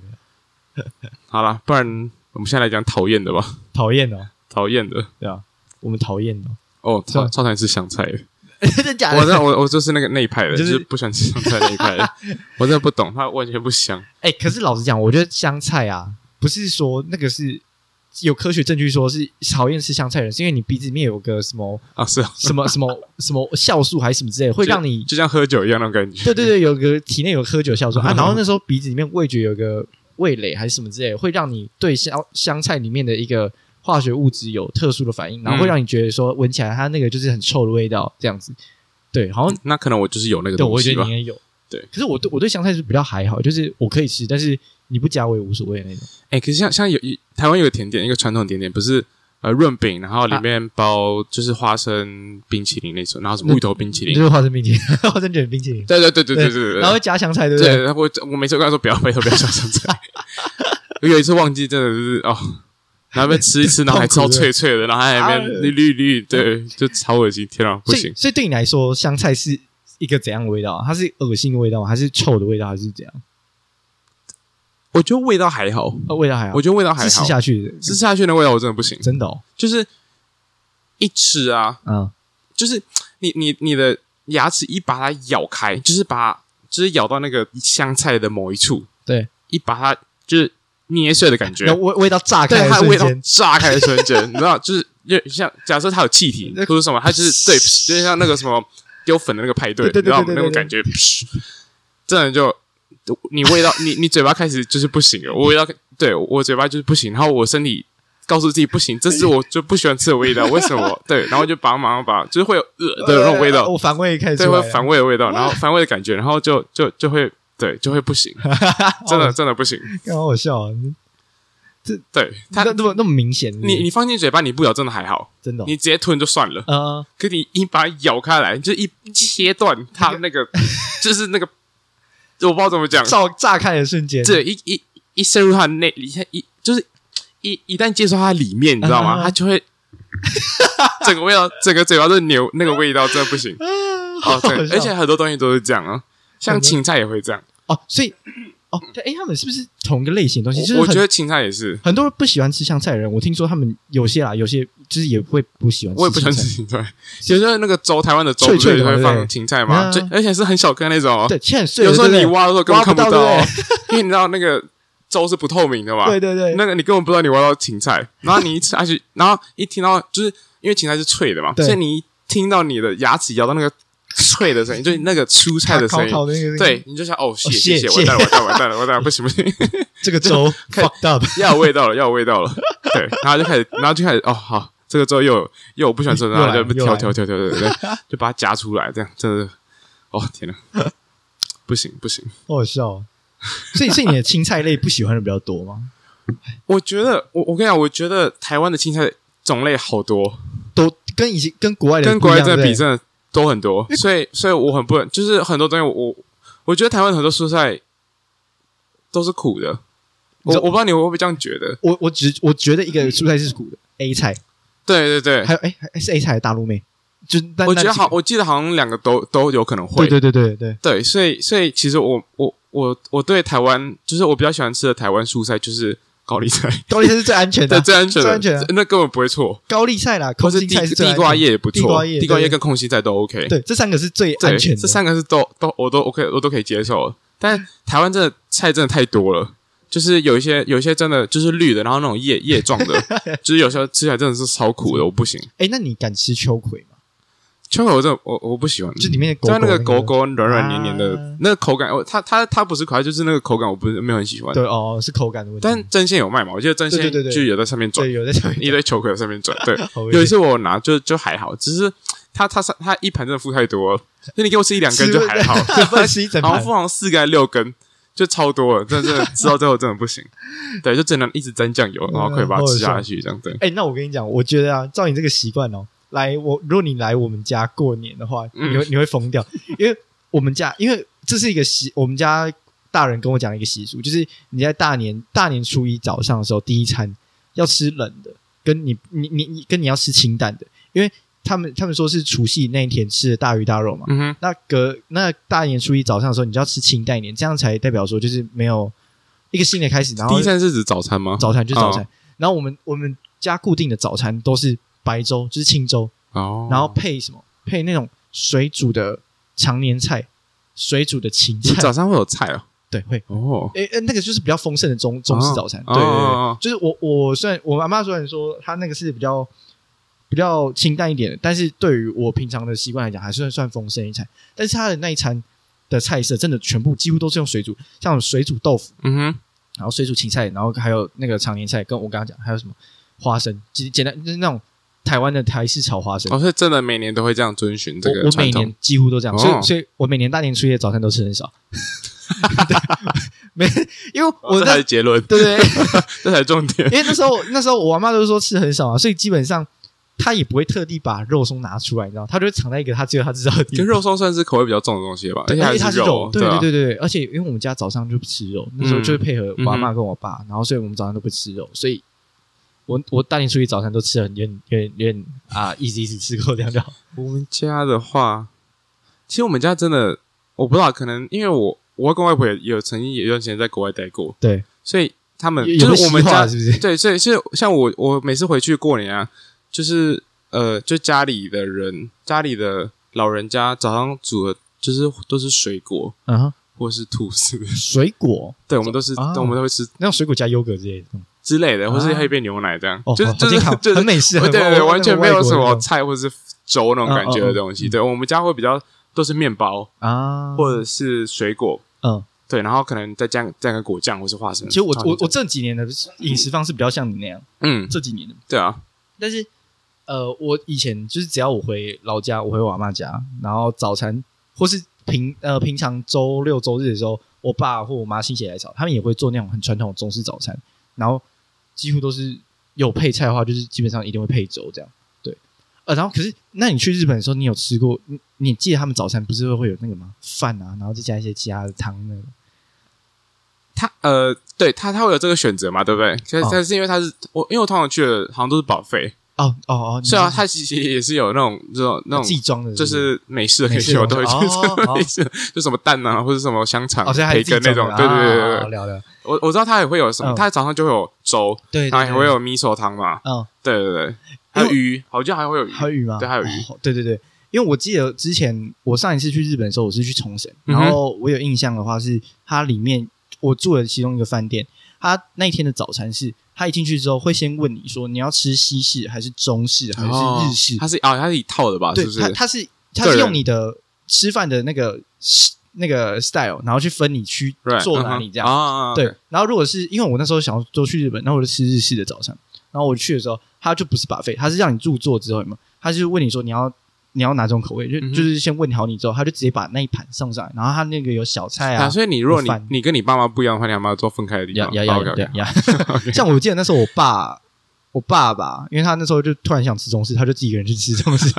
Speaker 1: 不要，
Speaker 2: 好啦，不然我们现在来讲讨厌的吧，
Speaker 1: 讨厌哦，
Speaker 2: 讨厌的
Speaker 1: 对啊，我们讨厌
Speaker 2: *laughs*
Speaker 1: 哦，
Speaker 2: 哦，
Speaker 1: 是
Speaker 2: 超
Speaker 1: 吧
Speaker 2: 超讨厌吃香菜的。
Speaker 1: 真的假
Speaker 2: 我
Speaker 1: 的？
Speaker 2: 那我我就是那个那一派的，就
Speaker 1: 啊就是
Speaker 2: 是不喜欢吃香菜那一派
Speaker 1: *laughs*
Speaker 2: 的，我真的不懂，它完全不香。
Speaker 1: 哎，可是老实讲，我觉得香菜啊，不是说那个是有科学证据说是讨厌吃香菜的人，是因为你鼻子里面有个什么
Speaker 2: 啊，是啊，
Speaker 1: 什么什么什么酵素还是什么之类的，会让你
Speaker 2: 就像喝酒一样那种感觉。
Speaker 1: 对对对，有个体内有喝酒酵素
Speaker 2: 嗯
Speaker 1: 啊，然后那时候鼻子里面味觉有个味蕾还是什么之类的，会让你对香香菜里面的一个化学物质有特殊的反应，然后
Speaker 2: 嗯
Speaker 1: 会让你觉得说闻起来它那个就是很臭的味道这样子。对，好像
Speaker 2: 那可能我就是有那个
Speaker 1: 对我
Speaker 2: 东
Speaker 1: 也
Speaker 2: 西
Speaker 1: 觉得
Speaker 2: 吧
Speaker 1: 你。应该有。
Speaker 2: 对
Speaker 1: 可是我对我对香菜是比较还好，就是我可以吃，但是你不加我也无所谓的那种。
Speaker 2: 哎，可是像像有一台湾有个甜点，一个传统甜点，不是呃润饼，然
Speaker 1: 啊
Speaker 2: 后里面包就是花生冰淇淋那种，然后什么芋头冰淇
Speaker 1: 就
Speaker 2: 淋。
Speaker 1: 是花生冰淇淋， *laughs* 花生卷冰淇淋，
Speaker 2: 对对对对对
Speaker 1: 对
Speaker 2: 对
Speaker 1: 然后
Speaker 2: 对
Speaker 1: 会加香菜，对不
Speaker 2: 对，
Speaker 1: 对？
Speaker 2: 然后我我每次都跟他说不要拜托不要加香菜。我 *laughs* 有一次忘记，真的是哦。然后被吃一吃，然后还
Speaker 1: 痛
Speaker 2: 超
Speaker 1: 苦对
Speaker 2: 脆脆的，然后还在那边
Speaker 1: 啊
Speaker 2: 绿绿绿，对，就超恶心，天啊，不
Speaker 1: 所
Speaker 2: 行
Speaker 1: 以！所以对你来说，香菜是一个怎样的味道啊？它是恶心的味道吗？还是臭的味道？还是怎样？
Speaker 2: 我觉得味道还好，
Speaker 1: 呃，味道还好
Speaker 2: 我。觉得味道还好，
Speaker 1: 是吃下去的，
Speaker 2: 吃下去的味道我真的不行，
Speaker 1: 真的哦，
Speaker 2: 就是一吃啊，
Speaker 1: 嗯，
Speaker 2: 就是你你你的牙齿一把它咬开，就是把就是咬到那个香菜的某一处，
Speaker 1: 对，
Speaker 2: 一把它就是捏碎的感觉
Speaker 1: 那，味味道炸开
Speaker 2: 对，它
Speaker 1: 的
Speaker 2: 的味
Speaker 1: 瞬
Speaker 2: 道
Speaker 1: 间，
Speaker 2: 炸开的瞬间，你知道，就是有点像假设它有气体
Speaker 1: 那
Speaker 2: 或者什么，它就是
Speaker 1: *laughs*
Speaker 2: 对，有点像那个什么丢粉的那个派对，
Speaker 1: 对对
Speaker 2: 你知道吗？
Speaker 1: 对对
Speaker 2: 那
Speaker 1: 对
Speaker 2: 种感觉，真的就你味道，你你嘴巴开始就是不行了，我味道，对我嘴巴就是不行，然后我身体。告诉自己不行，这是我就不喜欢吃的味道。为什么？对，然后就把它马上把，就是会有呃的那种味道
Speaker 1: 呃，我反胃开始
Speaker 2: 对，
Speaker 1: 出来
Speaker 2: 会
Speaker 1: 了，
Speaker 2: 反胃的味道，然后反胃的感觉，然后就就就会对，就会
Speaker 1: *laughs*
Speaker 2: 不行，真的真的不行。
Speaker 1: 哦干好好笑啊！
Speaker 2: 对
Speaker 1: 它
Speaker 2: 它，
Speaker 1: 那么那么明显，是不是
Speaker 2: 你你放进嘴巴，你不咬真的还好，
Speaker 1: 真的哦
Speaker 2: 你直接吞就算了，
Speaker 1: 呃，
Speaker 2: 可你一把它咬开来，就一切断它
Speaker 1: *laughs*
Speaker 2: 那个，就是那个，我不知道怎么讲，
Speaker 1: 炸炸开的瞬间，
Speaker 2: 对，一一一深入它的内里，它一就是一一旦接触它里面，你知道
Speaker 1: 嗯嗯嗯
Speaker 2: 吗？它就
Speaker 1: *laughs*
Speaker 2: 会整个味道，整个嘴巴都是牛那个味道，真的
Speaker 1: *laughs*
Speaker 2: 不行。
Speaker 1: 啊
Speaker 2: 哦，对，而且很多东西都是这样啊，像芹菜也会这样。
Speaker 1: 哦，所以哦，哎、他们是不是同一个类型的东西？就是
Speaker 2: 我我觉
Speaker 1: 很
Speaker 2: 得芹菜也是，
Speaker 1: 很多不喜欢吃香菜的人，我听说他们有些啦，有些就是也会不喜欢吃
Speaker 2: 我也不喜欢
Speaker 1: 香
Speaker 2: 吃
Speaker 1: 菜
Speaker 2: 芹
Speaker 1: *laughs*
Speaker 2: 菜。有时候那个粥，台湾的粥
Speaker 1: 脆
Speaker 2: 不
Speaker 1: 脆的
Speaker 2: 是
Speaker 1: 嘛
Speaker 2: 也会
Speaker 1: 对不对
Speaker 2: 放芹菜吗？
Speaker 1: 嗯
Speaker 2: 就而且是很小颗那种哦。
Speaker 1: 对，切很碎的，
Speaker 2: 有时候
Speaker 1: 对不
Speaker 2: 你
Speaker 1: 对
Speaker 2: 挖的时候根本
Speaker 1: 挖
Speaker 2: 看
Speaker 1: 不到
Speaker 2: 到哦， *laughs* 因为你知道那个粥是不透明的嘛。
Speaker 1: 对对对，
Speaker 2: 那个你根本不知道你挖到芹菜，然后你一吃下去，然后一听到就是因为芹菜是脆的嘛，
Speaker 1: 对
Speaker 2: 所以你一听到你的牙齿咬到那个脆的声音，就是那个蔬菜的声
Speaker 1: 烤
Speaker 2: 音，
Speaker 1: 烤的那个，
Speaker 2: 对，，你就想哦，谢谢
Speaker 1: 谢
Speaker 2: 谢，完蛋了完蛋了完蛋了完蛋了，不行不行， *laughs*
Speaker 1: 这个粥
Speaker 2: 看
Speaker 1: fucked up，
Speaker 2: 要有味道了要有味道了，对，然后就开始然后就开始哦好，这个之后又有又有不喜欢吃的，
Speaker 1: 又
Speaker 2: 然
Speaker 1: 来
Speaker 2: 后
Speaker 1: 了
Speaker 2: 就
Speaker 1: 又来
Speaker 2: 挑
Speaker 1: 了
Speaker 2: 挑挑挑挑挑，就把它夹出来，这样真的是，哦天哪，不行不行。
Speaker 1: 好好笑哦。所以，所以你的青菜类不喜欢的比较多吗？
Speaker 2: 我觉得，我我跟你讲，我觉得台湾的青菜种类好多，
Speaker 1: 都跟以前跟国外的
Speaker 2: 跟
Speaker 1: 不
Speaker 2: 国
Speaker 1: 一
Speaker 2: 外
Speaker 1: 样
Speaker 2: 真的比
Speaker 1: 对不对
Speaker 2: 真的都很多，所以所以我很不能，就是很多东西我我我觉得台湾很多蔬菜都是苦的，
Speaker 1: 你
Speaker 2: 我
Speaker 1: 知道
Speaker 2: 我不知道你会不会这样觉得？
Speaker 1: 我我只我觉得一个蔬菜是苦的 A 菜，
Speaker 2: 对对对，
Speaker 1: 还有哎、还是 A 菜还是大陆妹，就但
Speaker 2: 我觉得好，，
Speaker 1: 那
Speaker 2: 我记得好像两个都都有可能
Speaker 1: 几个
Speaker 2: 会，
Speaker 1: 对对对对对，
Speaker 2: 对所以所以其实我我我我对台湾就是我比较喜欢吃的台湾蔬菜就是高丽菜，
Speaker 1: 高丽菜是最安全的
Speaker 2: *laughs* 对，
Speaker 1: 啊，
Speaker 2: 最安全的，
Speaker 1: 最安全的
Speaker 2: 那根本不会错，
Speaker 1: 高丽菜啦，
Speaker 2: 或
Speaker 1: 空
Speaker 2: 是
Speaker 1: 心
Speaker 2: 地
Speaker 1: 菜是最
Speaker 2: 地
Speaker 1: 安
Speaker 2: 瓜
Speaker 1: 全的，
Speaker 2: 叶也不错，
Speaker 1: 地瓜叶
Speaker 2: 地瓜
Speaker 1: 对
Speaker 2: 叶跟空心菜都 OK，
Speaker 1: 对，这三个是最
Speaker 2: 对，
Speaker 1: 安全的。
Speaker 2: 这三个是都都我都 OK，我都可以接受了。但台湾真的菜真的太多了，就是有一些有一些真的就是绿的，然后那种叶叶状
Speaker 1: *laughs*
Speaker 2: 的，就是有时候吃起来真的是超苦的，我不行。
Speaker 1: 哎，那你敢吃秋葵吗？
Speaker 2: 秋葵我真的我我不喜欢，
Speaker 1: 就里面的狗
Speaker 2: 就
Speaker 1: 狗啊
Speaker 2: 那个狗
Speaker 1: 狗，
Speaker 2: 狗软软黏黏的、
Speaker 1: 啊
Speaker 2: 那个口感，我它它它不是可爱，就是那个口感我不是没有很喜欢。
Speaker 1: 对哦，是口感的问题。
Speaker 2: 但针线有卖嘛？我记得针
Speaker 1: 对
Speaker 2: 线
Speaker 1: 对对对
Speaker 2: 就有在上面转
Speaker 1: 对，有在上面
Speaker 2: 一堆球葵在上面转，
Speaker 1: *laughs*
Speaker 2: 对。
Speaker 1: 好
Speaker 2: 有一次我拿就就还好，只是它它它它一盘真的付太多了，就你给我吃一两根就还 *laughs* 好，
Speaker 1: 不能 *laughs* 吃一整
Speaker 2: 然后
Speaker 1: 盘
Speaker 2: 富。航四个还六根，就超多了，真的真的吃到最后真的
Speaker 1: *laughs*
Speaker 2: 不行。对，就只能一直沾酱油，
Speaker 1: 嗯
Speaker 2: 然后可以把它吃
Speaker 1: 好
Speaker 2: 下
Speaker 1: 好
Speaker 2: 去，这样对。
Speaker 1: 哎，那我跟你讲，我觉得啊，照你这个习惯哦，来我如果你来我们家过年的话，
Speaker 2: 嗯
Speaker 1: 你会你会疯掉，因为我们家因为这是一个习，我们家大人跟我讲的一个习俗，就是你在大年大年初一早上的时候，第一餐要吃冷的，跟你你你你跟你要吃清淡的，因为他们他们说是除夕那一天吃的大鱼大肉嘛，
Speaker 2: 嗯哼，
Speaker 1: 那隔那大年初一早上的时候，你就要吃清淡一点，这样才代表说就是没有一个新的开始。然后
Speaker 2: 第一餐哦是指早餐吗？
Speaker 1: 早餐就是早餐，然后我们我们家固定的早餐都是白粥，就是清粥，
Speaker 2: 哦，
Speaker 1: 然后配什么？配那种水煮的常年菜，水煮的芹
Speaker 2: 你早
Speaker 1: 菜，
Speaker 2: 上会有菜哦，
Speaker 1: 对，会。
Speaker 2: 哦，
Speaker 1: 诶、诶那个就是比较丰盛的中中式早餐，
Speaker 2: 哦
Speaker 1: 对对对，
Speaker 2: 哦
Speaker 1: 就是我我虽然我妈妈虽然说她那个是比较比较清淡一点的，但是对于我平常的习惯来讲，还算算丰盛一餐。但是她的那一餐的菜色真的全部几乎都是用水煮，像水煮豆腐，
Speaker 2: 嗯哼，
Speaker 1: 然后水煮芹菜，然后还有那个常年菜，跟我刚刚讲还有什么花生，简简单就是那种台湾的台式炒花生。
Speaker 2: 哦，所以真的每年都会这样遵循这
Speaker 1: 我
Speaker 2: 个
Speaker 1: 我
Speaker 2: 传
Speaker 1: 每
Speaker 2: 统
Speaker 1: 年。几乎都这样，
Speaker 2: 哦
Speaker 1: 所以所以我每年大年初一的早餐都吃很少， *laughs* 对 *laughs* 没，因为
Speaker 2: 哦
Speaker 1: 我
Speaker 2: 这
Speaker 1: 那
Speaker 2: 才是结论，
Speaker 1: 对 *laughs* 对对，
Speaker 2: 这才是重
Speaker 1: *laughs*
Speaker 2: 点。
Speaker 1: 因为那时候那时候我阿妈都说吃很少啊，所以基本上她也不会特地把肉松拿出来，你知道，她就会藏在一个她只有她知道的地
Speaker 2: 跟
Speaker 1: 方。
Speaker 2: 肉松算是口味比较重的东西了吧，
Speaker 1: 对
Speaker 2: 且
Speaker 1: 而
Speaker 2: 还
Speaker 1: 且它是
Speaker 2: 肉，
Speaker 1: 对
Speaker 2: 啊
Speaker 1: 对对对，而且因为我们家早上就不吃肉，那时候就会配合我阿妈
Speaker 2: 嗯
Speaker 1: 跟我爸，然后所以我们早上都不吃肉，所以我我大年初一早餐都吃的很有点有点有点啊，一直一直吃够这样就好。
Speaker 2: 我们家的话，其实我们家真的，我不知道，可能因为我我跟外婆也也有曾经有一段时间在国外待过，
Speaker 1: 对，
Speaker 2: 所以他们
Speaker 1: 有
Speaker 2: 嗯
Speaker 1: 啊
Speaker 2: 就是我们家
Speaker 1: 是不是？
Speaker 2: 对，所以是像我我每次回去过年啊，就是呃，就家里的人家里的老人家早上煮的就是都是水果
Speaker 1: 嗯哼，
Speaker 2: 或是吐司， *laughs*
Speaker 1: 水果
Speaker 2: 对我们都是、
Speaker 1: 啊
Speaker 2: 我们都会吃
Speaker 1: 那种水果加优格之类的，嗯
Speaker 2: 之类的，或是
Speaker 1: 啊
Speaker 2: 喝一杯牛奶这样，
Speaker 1: 哦，
Speaker 2: 就是
Speaker 1: 好
Speaker 2: 就
Speaker 1: 好健
Speaker 2: 是
Speaker 1: 康
Speaker 2: 就是
Speaker 1: 很美 *laughs* 式，
Speaker 2: 对
Speaker 1: 很
Speaker 2: 对对，完全没有什
Speaker 1: 外
Speaker 2: 么
Speaker 1: 国的
Speaker 2: 菜或是粥那种感
Speaker 1: 嗯
Speaker 2: 觉
Speaker 1: 嗯
Speaker 2: 的
Speaker 1: 嗯
Speaker 2: 东西。对我们家会比较都是面包
Speaker 1: 那种啊，
Speaker 2: 或者是水果，
Speaker 1: 嗯，
Speaker 2: 对，然后可能再加加个果酱或是花生。
Speaker 1: 其实我我我
Speaker 2: 这
Speaker 1: 这几年的饮食方式比较像你那样，
Speaker 2: 嗯，
Speaker 1: 这几年的。
Speaker 2: 对啊，
Speaker 1: 但是呃，我以前就是只要我回老家，我回我阿妈家，然后早餐或是平呃平常周六周日的时候，我爸或我妈心血来潮，他们也会做那种很传统的中式早餐，然后几乎都是有配菜的话，就是基本上一定会配粥这样。对，呃，然后可是那你去日本的时候，你有吃过？你你记得他们早餐不是会有那个吗？饭啊，然后再加一些其他的汤那个。
Speaker 2: 他呃，对他他会有这个选择嘛，对不对？可是
Speaker 1: 哦
Speaker 2: 但是因为他是我，因为我通常去的好像都是保费，
Speaker 1: 哦哦哦，你
Speaker 2: 虽然他其实也是有那种这种那
Speaker 1: 自己
Speaker 2: 种。
Speaker 1: 装的，哦
Speaker 2: 就是是美式的
Speaker 1: 美
Speaker 2: 可以
Speaker 1: 式
Speaker 2: 去，我
Speaker 1: 的
Speaker 2: 都会去
Speaker 1: 东
Speaker 2: *laughs*
Speaker 1: 西哦哦
Speaker 2: 美式，就什么蛋啊，或者什么香肠、
Speaker 1: 哦，所以还
Speaker 2: 培根那种。对对对对对，
Speaker 1: 聊聊，
Speaker 2: 我我知道他也会有什么，
Speaker 1: 哦嗯
Speaker 2: 他早上就会有粥，
Speaker 1: 对，
Speaker 2: 然后也会
Speaker 1: 有，
Speaker 2: 有米手汤嘛。
Speaker 1: 嗯，
Speaker 2: 对对对，还有鱼，我记得还会有鱼。
Speaker 1: 还有鱼吗？
Speaker 2: 对还有鱼
Speaker 1: 哦对对对，因为我记得之前我上一次去日本的时候，我是去冲绳，
Speaker 2: 嗯
Speaker 1: 然
Speaker 2: 哼
Speaker 1: 后我有印象的话是它里面我住的其中一个饭店，它那一天的早餐是。他一进去之后，会先问你说你要吃西式还是中式还是日式？
Speaker 2: 它是啊，它是一套的吧？
Speaker 1: 对
Speaker 2: 是不，是
Speaker 1: 他？他是他
Speaker 2: 个
Speaker 1: 是
Speaker 2: 人
Speaker 1: 用你的吃饭的那个那个 style，然后去分你去
Speaker 2: Right，
Speaker 1: 做
Speaker 2: 嗯
Speaker 1: 哪
Speaker 2: 哼
Speaker 1: 里这样。
Speaker 2: 啊？
Speaker 1: 对
Speaker 2: OK，
Speaker 1: 然后如果是因为我那时候想要多去日本，然后我就吃日式的早餐。然后我去的时候，他就不是把费，他是让你入座之后有没有？他就问你说你要你要哪种口味，就、
Speaker 2: 嗯哼
Speaker 1: 就是先问好你之后，他就直接把那一盘送上来。然后他那个有小菜啊，
Speaker 2: 啊，所以你如果你
Speaker 1: 有饭
Speaker 2: 你跟你爸妈不一样的话，你要不要做分开的地
Speaker 1: 呀
Speaker 2: 方？
Speaker 1: 呀呀
Speaker 2: OK，OK
Speaker 1: 呀
Speaker 2: *laughs*
Speaker 1: 呀！像我记得那时候我爸，我爸爸，因为他那时候就突然想吃中式，他就自己一个人去吃中式。 *laughs*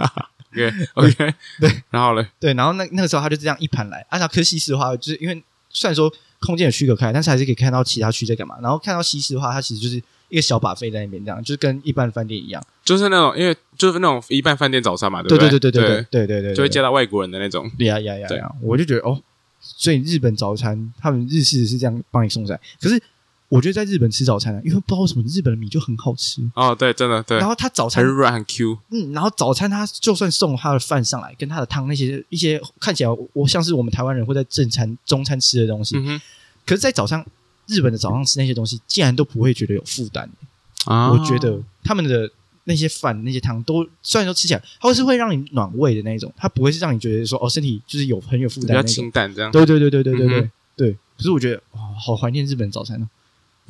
Speaker 2: OK OK，
Speaker 1: 对，
Speaker 2: 然后嘞，
Speaker 1: 对，然后那那个时候他就这样一盘来，按照科西式的话，就是因为虽然说空间有区隔开，但是还是可以看到其他区在干嘛。然后看到西式的话，它其实就是一个小把费在那边，这样就是跟一般饭店一样。
Speaker 2: 就是那种因为就是那种一般饭店早餐嘛，
Speaker 1: 对
Speaker 2: 不
Speaker 1: 对对
Speaker 2: 对
Speaker 1: 对对对对对，
Speaker 2: 就会接到外国人的那种。
Speaker 1: 对呀呀呀
Speaker 2: 对
Speaker 1: 呀！我就觉得哦，所以日本早餐他们日式是这样帮你送上来，可是我觉得在日本吃早餐啊，因为不知道为什么日本的米就很好吃，
Speaker 2: 哦，对，真的对
Speaker 1: 然，后它早
Speaker 2: 很
Speaker 1: 餐
Speaker 2: 软很 Q，
Speaker 1: 嗯，然后早餐他就算送他的饭上来，跟他的汤那些一些看起来我我像是我们台湾人会在正餐中餐吃的东西，
Speaker 2: 嗯
Speaker 1: 可是，在早上日本的早上吃那些东西，竟然都不会觉得有负担。
Speaker 2: 哼，啊，
Speaker 1: 我觉得他们的那些饭、那些汤都，虽然说吃起来，它会是会让你暖胃的那一种，它不会是让你觉得说哦，身体就是有很有负
Speaker 2: 比
Speaker 1: 担
Speaker 2: 较
Speaker 1: 的那种。
Speaker 2: 清淡这样。
Speaker 1: 对对对对对对对、
Speaker 2: 嗯
Speaker 1: 对。可是我觉得哇，好怀念日本早餐哦、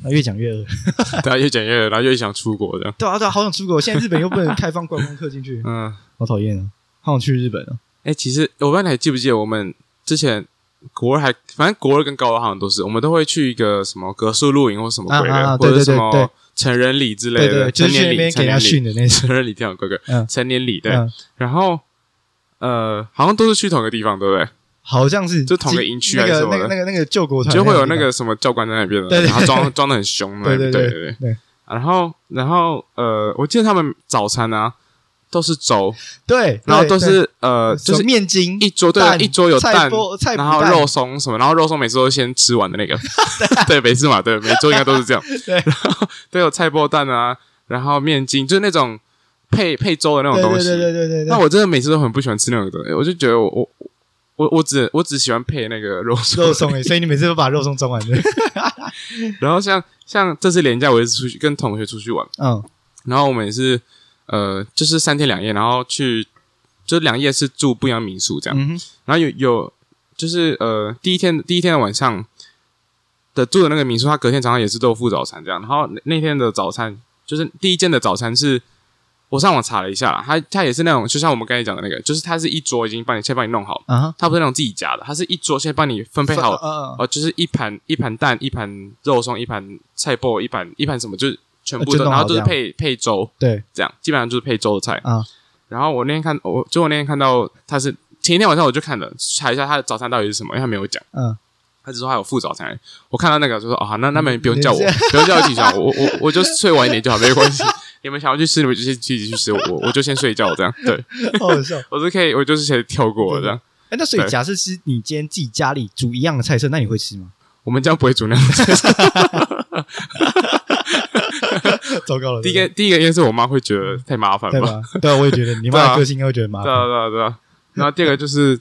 Speaker 1: 啊，越讲越饿。 *laughs*
Speaker 2: 大家越讲越， *laughs* 然后越想出国这样。
Speaker 1: 对啊对啊，好想出国，现在日本又不能开放观光客进去，
Speaker 2: *laughs* 嗯，
Speaker 1: 好讨厌啊！好想去日本啊！
Speaker 2: 哎、其实我不知道你还记不记得我们之前国二还，反正国二跟高二好像都是，我们都会去一个什么格数露营或什么鬼的，
Speaker 1: 啊啊啊
Speaker 2: 或者
Speaker 1: 对
Speaker 2: 是什
Speaker 1: 对对
Speaker 2: 么成人礼之类
Speaker 1: 对对
Speaker 2: 的，
Speaker 1: 对，就是
Speaker 2: 成
Speaker 1: 去
Speaker 2: 年
Speaker 1: 那
Speaker 2: 礼，
Speaker 1: 边
Speaker 2: 成
Speaker 1: 给人
Speaker 2: 年
Speaker 1: 家
Speaker 2: 礼，
Speaker 1: 训的那种。
Speaker 2: 成人礼这样乖乖，
Speaker 1: 嗯
Speaker 2: 成年礼对。
Speaker 1: 嗯，
Speaker 2: 然后呃，好像都是去同一个地方，对不对？
Speaker 1: 好像是
Speaker 2: 就同个营区
Speaker 1: 那
Speaker 2: 还是
Speaker 1: 个
Speaker 2: 什么
Speaker 1: 那
Speaker 2: 的
Speaker 1: 个那个那个救国团
Speaker 2: 就会有
Speaker 1: 地
Speaker 2: 那
Speaker 1: 方
Speaker 2: 个什么教官在那边的，
Speaker 1: 对对
Speaker 2: 然后装装的很凶的，
Speaker 1: 对对
Speaker 2: 对
Speaker 1: 对
Speaker 2: 对
Speaker 1: 对
Speaker 2: 然后然后呃，我记得他们早餐啊都是粥，
Speaker 1: 对，
Speaker 2: 然后
Speaker 1: 对
Speaker 2: 都
Speaker 1: 对
Speaker 2: 是呃就
Speaker 1: 什
Speaker 2: 是
Speaker 1: 么面筋
Speaker 2: 一桌对
Speaker 1: 蛋
Speaker 2: 一桌有
Speaker 1: 菜
Speaker 2: 蛋，
Speaker 1: 包菜
Speaker 2: 然
Speaker 1: 脯
Speaker 2: 后
Speaker 1: 蛋
Speaker 2: 肉松什么，然后肉松每次都先吃完
Speaker 1: *laughs*
Speaker 2: 的那个，对，每次嘛，对，每周应该都是这样，
Speaker 1: 对
Speaker 2: 然后都有菜包蛋啊，然后面筋，就是那种配配粥的那种东
Speaker 1: 对对
Speaker 2: 西。
Speaker 1: 对对对对，
Speaker 2: 那我真的每次都很不喜欢吃那种东西，我就觉得我我我我只我只喜欢配那个肉松，
Speaker 1: 肉松哎、所以你每次都把肉松装完
Speaker 2: *laughs*
Speaker 1: 的，
Speaker 2: 然后像像这次连假，我也是出去跟同学出去玩，
Speaker 1: 嗯，
Speaker 2: 然后我们也是呃，就是三天两夜，然后去就两夜是住不一样民宿这样。
Speaker 1: 嗯哼，
Speaker 2: 然后有有就是呃，第一天第一天的晚上的住的那个民宿，他隔天早上也是都有附早餐这样。然后那那天的早餐就是第一间的早餐是，我上网查了一下啦，他他也是那种就像我们刚才讲的那个，就是他是一桌已经帮你先帮你弄好，
Speaker 1: 啊哈，
Speaker 2: 他不是那种自己夹的，他是一桌先帮你分 *laughs* 配好，
Speaker 1: 嗯，
Speaker 2: 哦，就是一盘一盘蛋，一盘肉松，一盘菜包，一盘一盘什么，就是全部
Speaker 1: 呃就
Speaker 2: 的，
Speaker 1: 弄好
Speaker 2: 然后就
Speaker 1: 这
Speaker 2: 是
Speaker 1: 样
Speaker 2: 配配粥
Speaker 1: 对，
Speaker 2: 这样，基本上就是配粥的菜
Speaker 1: 啊。
Speaker 2: 然后我那天看，我就我那天看到他是前一天晚上我就看了，查一下他的早餐到底是什么，因为他没有讲，
Speaker 1: 嗯，
Speaker 2: 他只说他有附早餐。我看到那个就说啊，那那你们不用叫我
Speaker 1: 你，
Speaker 2: *laughs* 不用叫我起床，我我我就睡晚一点就好，没关系。 *laughs* 你们想要去吃，你们就先自己去吃，我我就先睡觉这样。对
Speaker 1: 好好
Speaker 2: *laughs*
Speaker 1: 笑。
Speaker 2: 我是可以，我就是先跳过这样。
Speaker 1: 哎、那所以
Speaker 2: 对
Speaker 1: 假设是你今天自己家里煮一样的菜色，那你会吃
Speaker 2: *laughs*
Speaker 1: 吗？
Speaker 2: 我们家不会煮那样的菜。
Speaker 1: 糟糕了，
Speaker 2: *laughs* 第一个第一个应该是我妈会觉得太麻烦
Speaker 1: 对
Speaker 2: 吧。 *laughs*
Speaker 1: 吧？对啊，我也觉得你
Speaker 2: 对
Speaker 1: 妈
Speaker 2: 啊
Speaker 1: 的个性应该会觉得麻
Speaker 2: 对
Speaker 1: 烦。
Speaker 2: 啊，对啊，对啊。然后第二个就是，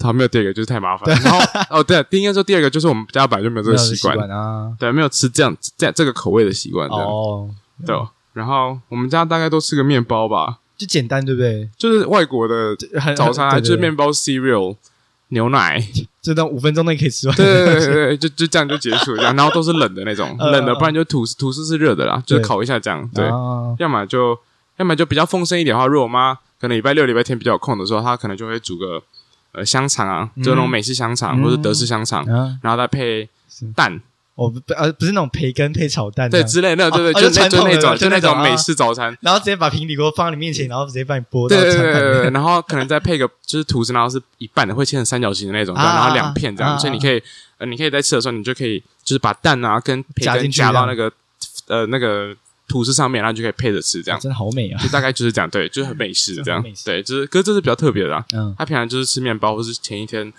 Speaker 2: 好，没有第二个就是太麻烦。然后哦，对，第一个说第二个就是我们家本来就没有这个
Speaker 1: 没有
Speaker 2: 习惯，
Speaker 1: 惯啊，
Speaker 2: 对，没有吃这样这样这个口味的习惯，这样、
Speaker 1: 哦，
Speaker 2: 对哦。然后我们家大概都吃个面包吧，
Speaker 1: 就简单，对不对？
Speaker 2: 就是外国的
Speaker 1: 很
Speaker 2: 早餐啊，
Speaker 1: 对对对
Speaker 2: 就是面包、cereal、牛奶，
Speaker 1: 就当五分钟内可以吃完。
Speaker 2: 对对对对对，就就这样就结束这样。然后都是冷的那种，
Speaker 1: 呃
Speaker 2: 冷的，
Speaker 1: 呃
Speaker 2: 不然就吐司，吐司是热的啦，就
Speaker 1: *laughs*
Speaker 2: 是
Speaker 1: 对
Speaker 2: 烤一下这样，对。
Speaker 1: 啊，
Speaker 2: 要么就要么就比较丰盛一点的话，如果我妈可能礼拜六、礼拜天比较有空的时候，她可能就会煮个呃香肠啊，
Speaker 1: 嗯
Speaker 2: 就那种美式香
Speaker 1: 嗯
Speaker 2: 肠、或者德式香肠，
Speaker 1: 啊，
Speaker 2: 然后再配蛋，
Speaker 1: 我不呃不是那种培根配炒蛋这
Speaker 2: 对
Speaker 1: 样，
Speaker 2: 之类的，对
Speaker 1: 哦哦
Speaker 2: 对，就
Speaker 1: 就
Speaker 2: 那
Speaker 1: 传
Speaker 2: 就
Speaker 1: 统的
Speaker 2: 那种
Speaker 1: 就
Speaker 2: 就
Speaker 1: 那
Speaker 2: 那
Speaker 1: 种啊
Speaker 2: 种美式早餐。
Speaker 1: 然后直接把平底锅放到你面前，然后直接把你剥到
Speaker 2: 对对对
Speaker 1: 餐
Speaker 2: 对
Speaker 1: 盘里
Speaker 2: 对
Speaker 1: 面
Speaker 2: 对，对然后可能再配个就是吐司，然后是一半的会切成三角形的那种，
Speaker 1: 啊
Speaker 2: 然后两片这样，
Speaker 1: 啊啊
Speaker 2: 所以你可以呃你可以在吃的时候，你就可以就是把蛋啊跟培
Speaker 1: 夹进
Speaker 2: 根
Speaker 1: 去
Speaker 2: 夹到
Speaker 1: 这样
Speaker 2: 那个呃那个吐司上面，然后你就可以配着吃，这样、
Speaker 1: 真的好美啊！
Speaker 2: 就大概就是这样，对，就是很美式这样
Speaker 1: 很美，式
Speaker 2: 对，就是可是这是比较特别的啊。
Speaker 1: 嗯，
Speaker 2: 他平常就是吃面包，或是前一天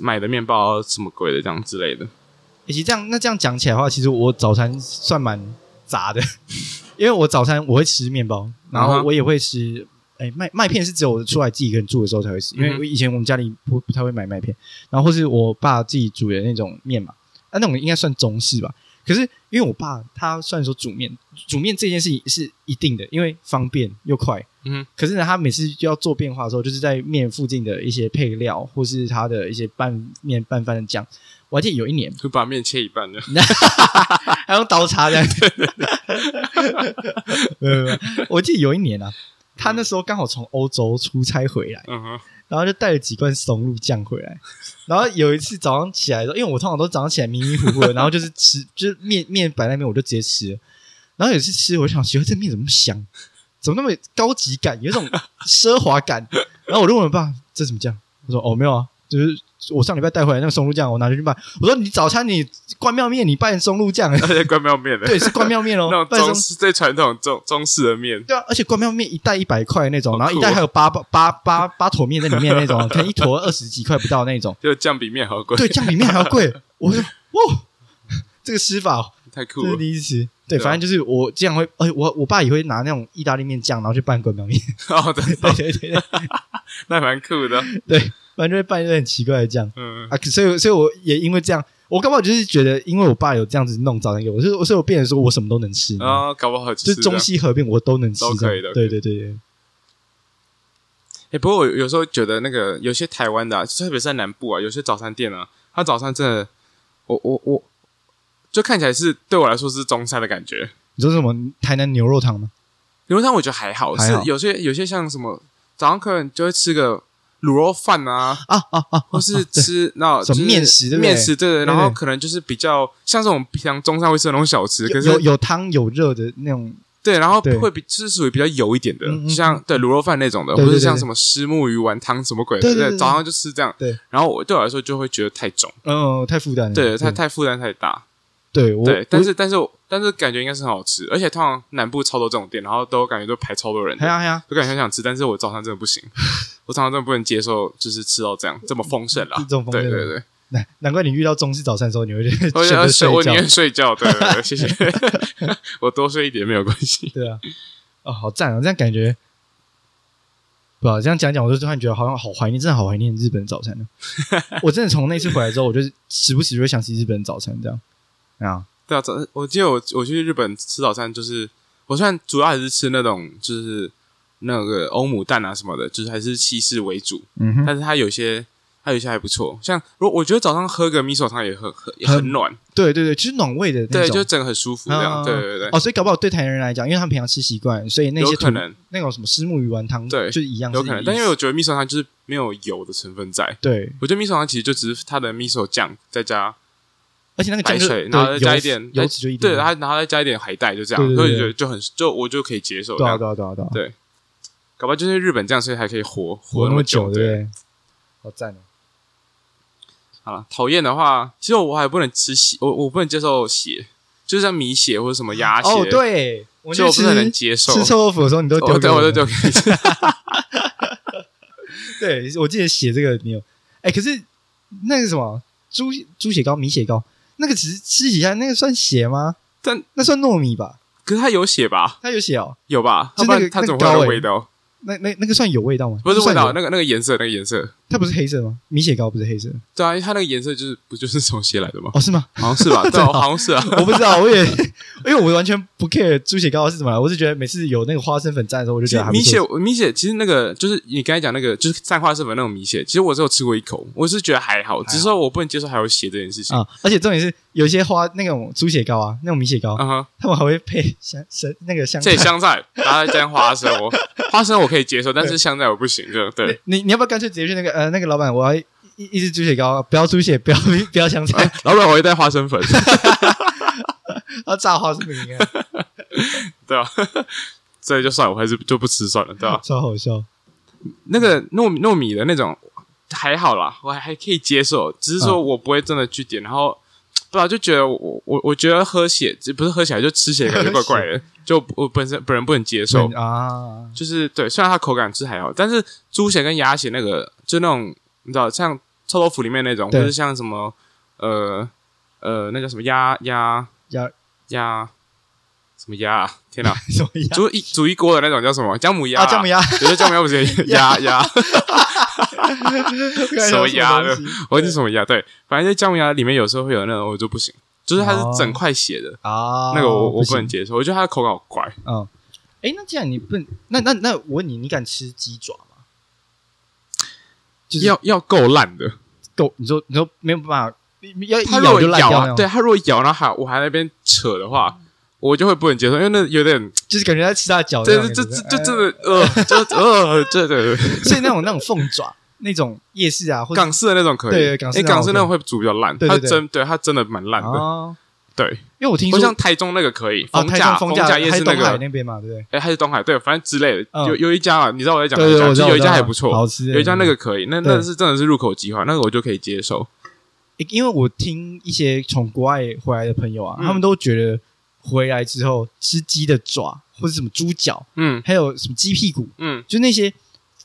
Speaker 2: 买的面包啊什么鬼的这样之类的。
Speaker 1: 以及这样，那这样讲起来的话，其实我早餐算蛮杂的，因为我早餐我会吃面包，然
Speaker 2: 嗯
Speaker 1: 后
Speaker 2: 哼
Speaker 1: 我也会吃，哎、麦麦片是只有我出来自己一个人住的时候才会吃，因
Speaker 2: 嗯
Speaker 1: 为
Speaker 2: 哼
Speaker 1: 我以前我们家里不不太会买麦片，然后或是我爸自己煮的那种面嘛，啊，那种应该算中式吧。可是因为我爸他虽然说煮面，煮面这件事情是一定的，因为方便又快。
Speaker 2: 嗯，
Speaker 1: 可是呢，他每次就要做变化的时候，就是在面附近的一些配料，或是他的一些拌面拌饭的酱。我还记得有一年，
Speaker 2: 就把面切一半的，
Speaker 1: 还用刀叉这 *laughs* 样子。没有没有，我记得有一年啊，他那时候刚好从欧洲出差回来，
Speaker 2: 嗯哼，
Speaker 1: 然后就带了几罐松露酱回来。然后有一次早上起来的时候，因为我通常都早上起来迷迷糊糊的，然后就是吃， *laughs* 就是面面摆在那边，我就直接吃了。然后有一次吃，我就想奇怪这面怎么那么香，怎么那么高级感，有一种奢华感。然后我就问我爸这怎么酱，我说哦没有啊，就是我上礼拜带回来那个松露酱，我拿去拌。我说你早餐你灌面面你拌松露酱，
Speaker 2: 而且关庙 *laughs* 面的，
Speaker 1: 对，是关庙面哦，
Speaker 2: 那
Speaker 1: 半
Speaker 2: 种中
Speaker 1: 生
Speaker 2: 式最传统中中式的面，
Speaker 1: 对啊，而且关庙面一袋一百块那种，
Speaker 2: 好
Speaker 1: 然后一
Speaker 2: 酷
Speaker 1: 袋
Speaker 2: 哦
Speaker 1: 还有八八八八八坨面在里面那
Speaker 2: *laughs*
Speaker 1: 种，可能一坨二十几块不到那种，
Speaker 2: 就酱比面好贵，
Speaker 1: 对，酱比面还要贵。我说哇，这个吃法
Speaker 2: 太酷
Speaker 1: 这是
Speaker 2: 了。
Speaker 1: 第一次。对，
Speaker 2: 对啊
Speaker 1: 反正就是我这样会，哎，我我爸也会拿那种意大利面酱，然后去拌关
Speaker 2: *laughs*
Speaker 1: 庙面。
Speaker 2: 哦，对，
Speaker 1: 对对对对，
Speaker 2: *laughs* 那蛮酷的。
Speaker 1: 反正就会拌一堆很奇怪的酱
Speaker 2: 嗯，
Speaker 1: 啊。所以，所以我也因为这样，我刚好就是觉得，因为我爸有这样子弄早餐给我，所以所以我变成说我什么都能吃，你知道吗
Speaker 2: 然后搞不好
Speaker 1: 就是
Speaker 2: 是这
Speaker 1: 中
Speaker 2: 样
Speaker 1: 西合并我都能吃
Speaker 2: 哦都
Speaker 1: 这样。
Speaker 2: 可以都可
Speaker 1: 对
Speaker 2: 以
Speaker 1: 对对对，
Speaker 2: 哎、不过我有时候觉得那个有些台湾的、啊，特别是在南部啊，有些早餐店啊，它早餐真的，我我我，就看起来是对我来说是中餐的感觉。
Speaker 1: 你说什么台南牛肉汤吗？
Speaker 2: 牛肉汤我觉得还好，
Speaker 1: 还好
Speaker 2: 是有些有些像什么早上客人就会吃个卤肉饭啊，
Speaker 1: 啊啊啊！
Speaker 2: 或是吃那
Speaker 1: 什么
Speaker 2: 就是
Speaker 1: 面食对不对
Speaker 2: 面食对对，
Speaker 1: 对
Speaker 2: 然后可能就是比较像这种平常中餐会吃的那种小吃，可
Speaker 1: 有
Speaker 2: 是
Speaker 1: 有有汤有热的那种，
Speaker 2: 对，然后
Speaker 1: 对
Speaker 2: 会比是属于比较油一点的，
Speaker 1: 嗯嗯
Speaker 2: 就像对卤肉饭那种的，
Speaker 1: 对对
Speaker 2: 或者
Speaker 1: 对
Speaker 2: 像
Speaker 1: 对
Speaker 2: 什么虱目鱼丸汤什么鬼的，
Speaker 1: 对对对对
Speaker 2: 早上就吃这样。
Speaker 1: 对，
Speaker 2: 然后我对我来说就会觉得太重，
Speaker 1: 嗯，太负担了。
Speaker 2: 对，太太负担太大。
Speaker 1: 对我，
Speaker 2: 对
Speaker 1: 我，
Speaker 2: 但是但是我但是感觉应该是很好吃，而且通常南部超多这种店，然后都感觉都排超多人的
Speaker 1: 哎，呀哎呀，
Speaker 2: 就感觉很想吃，但是我早上真的
Speaker 1: *laughs*
Speaker 2: 不行，我早上真的不能接受，就是吃到这样这么丰盛啦
Speaker 1: 这。种风
Speaker 2: 啊对
Speaker 1: 格，
Speaker 2: 对对，
Speaker 1: 难难怪你遇到中式早餐的时候，你会觉 *laughs*
Speaker 2: 我
Speaker 1: 得选择睡
Speaker 2: 我
Speaker 1: 觉
Speaker 2: 宁愿，睡觉，对对对，谢
Speaker 1: *laughs*
Speaker 2: 谢，我多睡一点没有关系。
Speaker 1: 对啊，哦，好赞啊！这样感觉，不好，这样讲讲，我就突然觉得好像好怀念，真的好怀念日本早餐呢。啊
Speaker 2: *laughs*
Speaker 1: 我真的从那次回来之后，我就是时不时就会想起日本早餐这样啊，
Speaker 2: 对啊，早我记得我我去日本吃早餐，就是我虽然主要还是吃那种就是那个欧姆蛋啊什么的，就是还是西式为主，
Speaker 1: 嗯哼，
Speaker 2: 但是它有些它有些还不错，像如果我觉得早上喝个米手汤也很很也很
Speaker 1: 很
Speaker 2: 暖，
Speaker 1: 对对对，就是暖胃的那
Speaker 2: 对，就
Speaker 1: 种。
Speaker 2: 整个很舒服这样，
Speaker 1: 啊
Speaker 2: 对对对，
Speaker 1: 哦，所以搞不好对台南人来讲，因为他们平常吃习惯，所以那
Speaker 2: 有
Speaker 1: 些
Speaker 2: 可
Speaker 1: 土
Speaker 2: 能
Speaker 1: 那种什么虱目鱼丸汤，
Speaker 2: 对
Speaker 1: 就是一样是
Speaker 2: 有
Speaker 1: 一，
Speaker 2: 可能，但因为我觉得米手汤就是没有油的成分在，
Speaker 1: 对，
Speaker 2: 我觉得米手汤其实就只是它的米手酱再加
Speaker 1: 而且那个酱
Speaker 2: 白
Speaker 1: 就
Speaker 2: 水，
Speaker 1: 对
Speaker 2: 然后再加
Speaker 1: 油
Speaker 2: 一点哎
Speaker 1: 油脂就一点
Speaker 2: 对，
Speaker 1: 点，
Speaker 2: 然后然后再加一点海带，就这
Speaker 1: 对
Speaker 2: 样，
Speaker 1: 对
Speaker 2: 所以
Speaker 1: 对
Speaker 2: 就就很就我就可以接受这
Speaker 1: 对啊
Speaker 2: 样，
Speaker 1: 对啊对啊对啊，
Speaker 2: 对搞不好就是日本这样，所以还可以活活
Speaker 1: 活
Speaker 2: 那
Speaker 1: 那么
Speaker 2: 久，
Speaker 1: 久，对不对？好赞哦！
Speaker 2: 好了，讨厌的话，其实我还不能吃血，我我不能接受血，就是像米血或者什么鸭血，
Speaker 1: 哦，对，我
Speaker 2: 就
Speaker 1: 就
Speaker 2: 我
Speaker 1: 吃
Speaker 2: 不太能接受。
Speaker 1: 吃臭豆腐的时候，你都
Speaker 2: 我
Speaker 1: 丢给
Speaker 2: 对，我
Speaker 1: 的
Speaker 2: 就丢给你 *laughs* 吃。
Speaker 1: 对，我记得写这个你有，哎，可是那个什么猪猪血糕、米血糕，那个只是吃几下，那个算血吗？
Speaker 2: 但
Speaker 1: 那算糯米吧？
Speaker 2: 可是它有血吧？
Speaker 1: 它有血哦，
Speaker 2: 有吧？
Speaker 1: 就是那
Speaker 2: 要不然
Speaker 1: 个
Speaker 2: 它怎么会有那
Speaker 1: 那
Speaker 2: 个
Speaker 1: 个
Speaker 2: 味道？
Speaker 1: 那那那个算有味道吗？
Speaker 2: 不是味道，
Speaker 1: 算有
Speaker 2: 那个那个颜色，那个颜色。
Speaker 1: 它不是黑色吗？米血糕不是黑色
Speaker 2: 对啊，因为它那个颜色就是不就是从血来的吗？ *laughs*
Speaker 1: 哦，是吗？
Speaker 2: 好像
Speaker 1: *laughs*
Speaker 2: 是吧？对啊，
Speaker 1: 真的哦
Speaker 2: 好像是啊。
Speaker 1: 我不知道，我也 *laughs* 因为我完全不 care 猪血糕是怎么来，我是觉得每次有那个花生粉蘸的时候，我就觉得还不
Speaker 2: 米
Speaker 1: 错
Speaker 2: 血，米血，其实那个就是你刚才讲那个，就是蘸花生粉那种米血，其实我只有吃过一口，我是觉得还好，只是说我不能接受还有血这件事情。
Speaker 1: 啊、而且重点是，有一些花那种猪血糕啊，那种米血糕，
Speaker 2: 嗯哼，
Speaker 1: 他们还会配香香那个香
Speaker 2: 这
Speaker 1: 菜
Speaker 2: 里。香菜，然后再加花生，我花生我可以接受，但是香菜我不行，就对。
Speaker 1: 你你要不要干脆直接去那个呃那个老板，我要一一一只猪血糕，不要猪血， *laughs* 不要不要香菜，
Speaker 2: 老板，我会带花生 *laughs* 粉，
Speaker 1: 要炸花生米啊，
Speaker 2: 对啊， *laughs* 所以就算了，我还是就不吃算了，对吧、啊
Speaker 1: 超好笑。
Speaker 2: 嗯那个糯米糯嗯米的那种还好啦，我还还可以接受，只是说我不会真的去点，然后不知道就觉得我我我觉得喝血不是喝起来就吃起来感觉怪怪 *laughs* 的，就我本身本人不能接受，
Speaker 1: 啊，
Speaker 2: 就是对，虽然它口感是还好，但是猪血跟鸭血那个，就那种你知道，像臭豆腐里面那种，或
Speaker 1: 对
Speaker 2: 是像什么呃呃，那叫什么鸭鸭
Speaker 1: 鸭
Speaker 2: 鸭什么鸭啊？天
Speaker 1: *laughs*
Speaker 2: 哪，
Speaker 1: 什么鸭？
Speaker 2: 煮一煮一锅的那种叫什么姜母鸭？
Speaker 1: 啊，姜母
Speaker 2: 鸭，
Speaker 1: 鸭， *laughs*
Speaker 2: 有的姜母鸭不是鸭鸭，
Speaker 1: 什
Speaker 2: 么鸭的
Speaker 1: 东西
Speaker 2: 我是什么鸭？对，反正就姜母鸭里面有时候会有那种，我就不行，就是它是整块血的。
Speaker 1: 啊？
Speaker 2: 那个我我
Speaker 1: 哦不
Speaker 2: 不
Speaker 1: 行
Speaker 2: 能接受，我觉得它的口感好怪。
Speaker 1: 嗯，哎，那既然你不能，那那那我问你，你敢吃鸡爪吗？就是
Speaker 2: 要要够烂的，
Speaker 1: 狗，你说你说没有办法，要一
Speaker 2: 它如
Speaker 1: 咬
Speaker 2: 果
Speaker 1: 就烂
Speaker 2: 咬
Speaker 1: 掉那
Speaker 2: 啊，
Speaker 1: 种，
Speaker 2: 对，它如果咬，然后还我还在那边扯的话，我就会不能接受，因为那有点，
Speaker 1: 就是感觉在吃它的脚那
Speaker 2: 这
Speaker 1: 种哦感觉。
Speaker 2: 这这这真
Speaker 1: 哎，
Speaker 2: 的，呃，这呃，这对对，
Speaker 1: 所以那种那种凤爪，那种夜市啊，或者
Speaker 2: 港式的那种可以，
Speaker 1: 对港式
Speaker 2: 诶
Speaker 1: 那种
Speaker 2: 港式那种会煮比较烂，
Speaker 1: 对
Speaker 2: 它
Speaker 1: 对对
Speaker 2: 真对它真的蛮烂的，
Speaker 1: 啊，
Speaker 2: 对，
Speaker 1: 因为我听
Speaker 2: 不
Speaker 1: 说
Speaker 2: 像台中那个可以，
Speaker 1: 啊，
Speaker 2: 逢
Speaker 1: 台
Speaker 2: 甲
Speaker 1: 中
Speaker 2: 逢
Speaker 1: 甲
Speaker 2: 甲夜
Speaker 1: 还有
Speaker 2: 市
Speaker 1: 东海
Speaker 2: 个，
Speaker 1: 那边嘛，对不对？
Speaker 2: 哎，还是东海，对，反正之类的，
Speaker 1: 嗯
Speaker 2: 有有一家啊，你知道我在讲
Speaker 1: 对
Speaker 2: 哪
Speaker 1: 对，我
Speaker 2: 一
Speaker 1: 知
Speaker 2: 家，
Speaker 1: 道，
Speaker 2: 就有一
Speaker 1: 我知
Speaker 2: 家
Speaker 1: 道
Speaker 2: 还不错
Speaker 1: 好。吃的。
Speaker 2: 有一家那个可以，那那
Speaker 1: 对
Speaker 2: 是真的是入口即化，那个我就可以接受。
Speaker 1: 欸因为我听一些从国外回来的朋友啊，
Speaker 2: 嗯
Speaker 1: 他们都觉得回来之后吃鸡的爪或者什么猪脚，
Speaker 2: 嗯
Speaker 1: 还有什么鸡屁股，
Speaker 2: 嗯，
Speaker 1: 就那些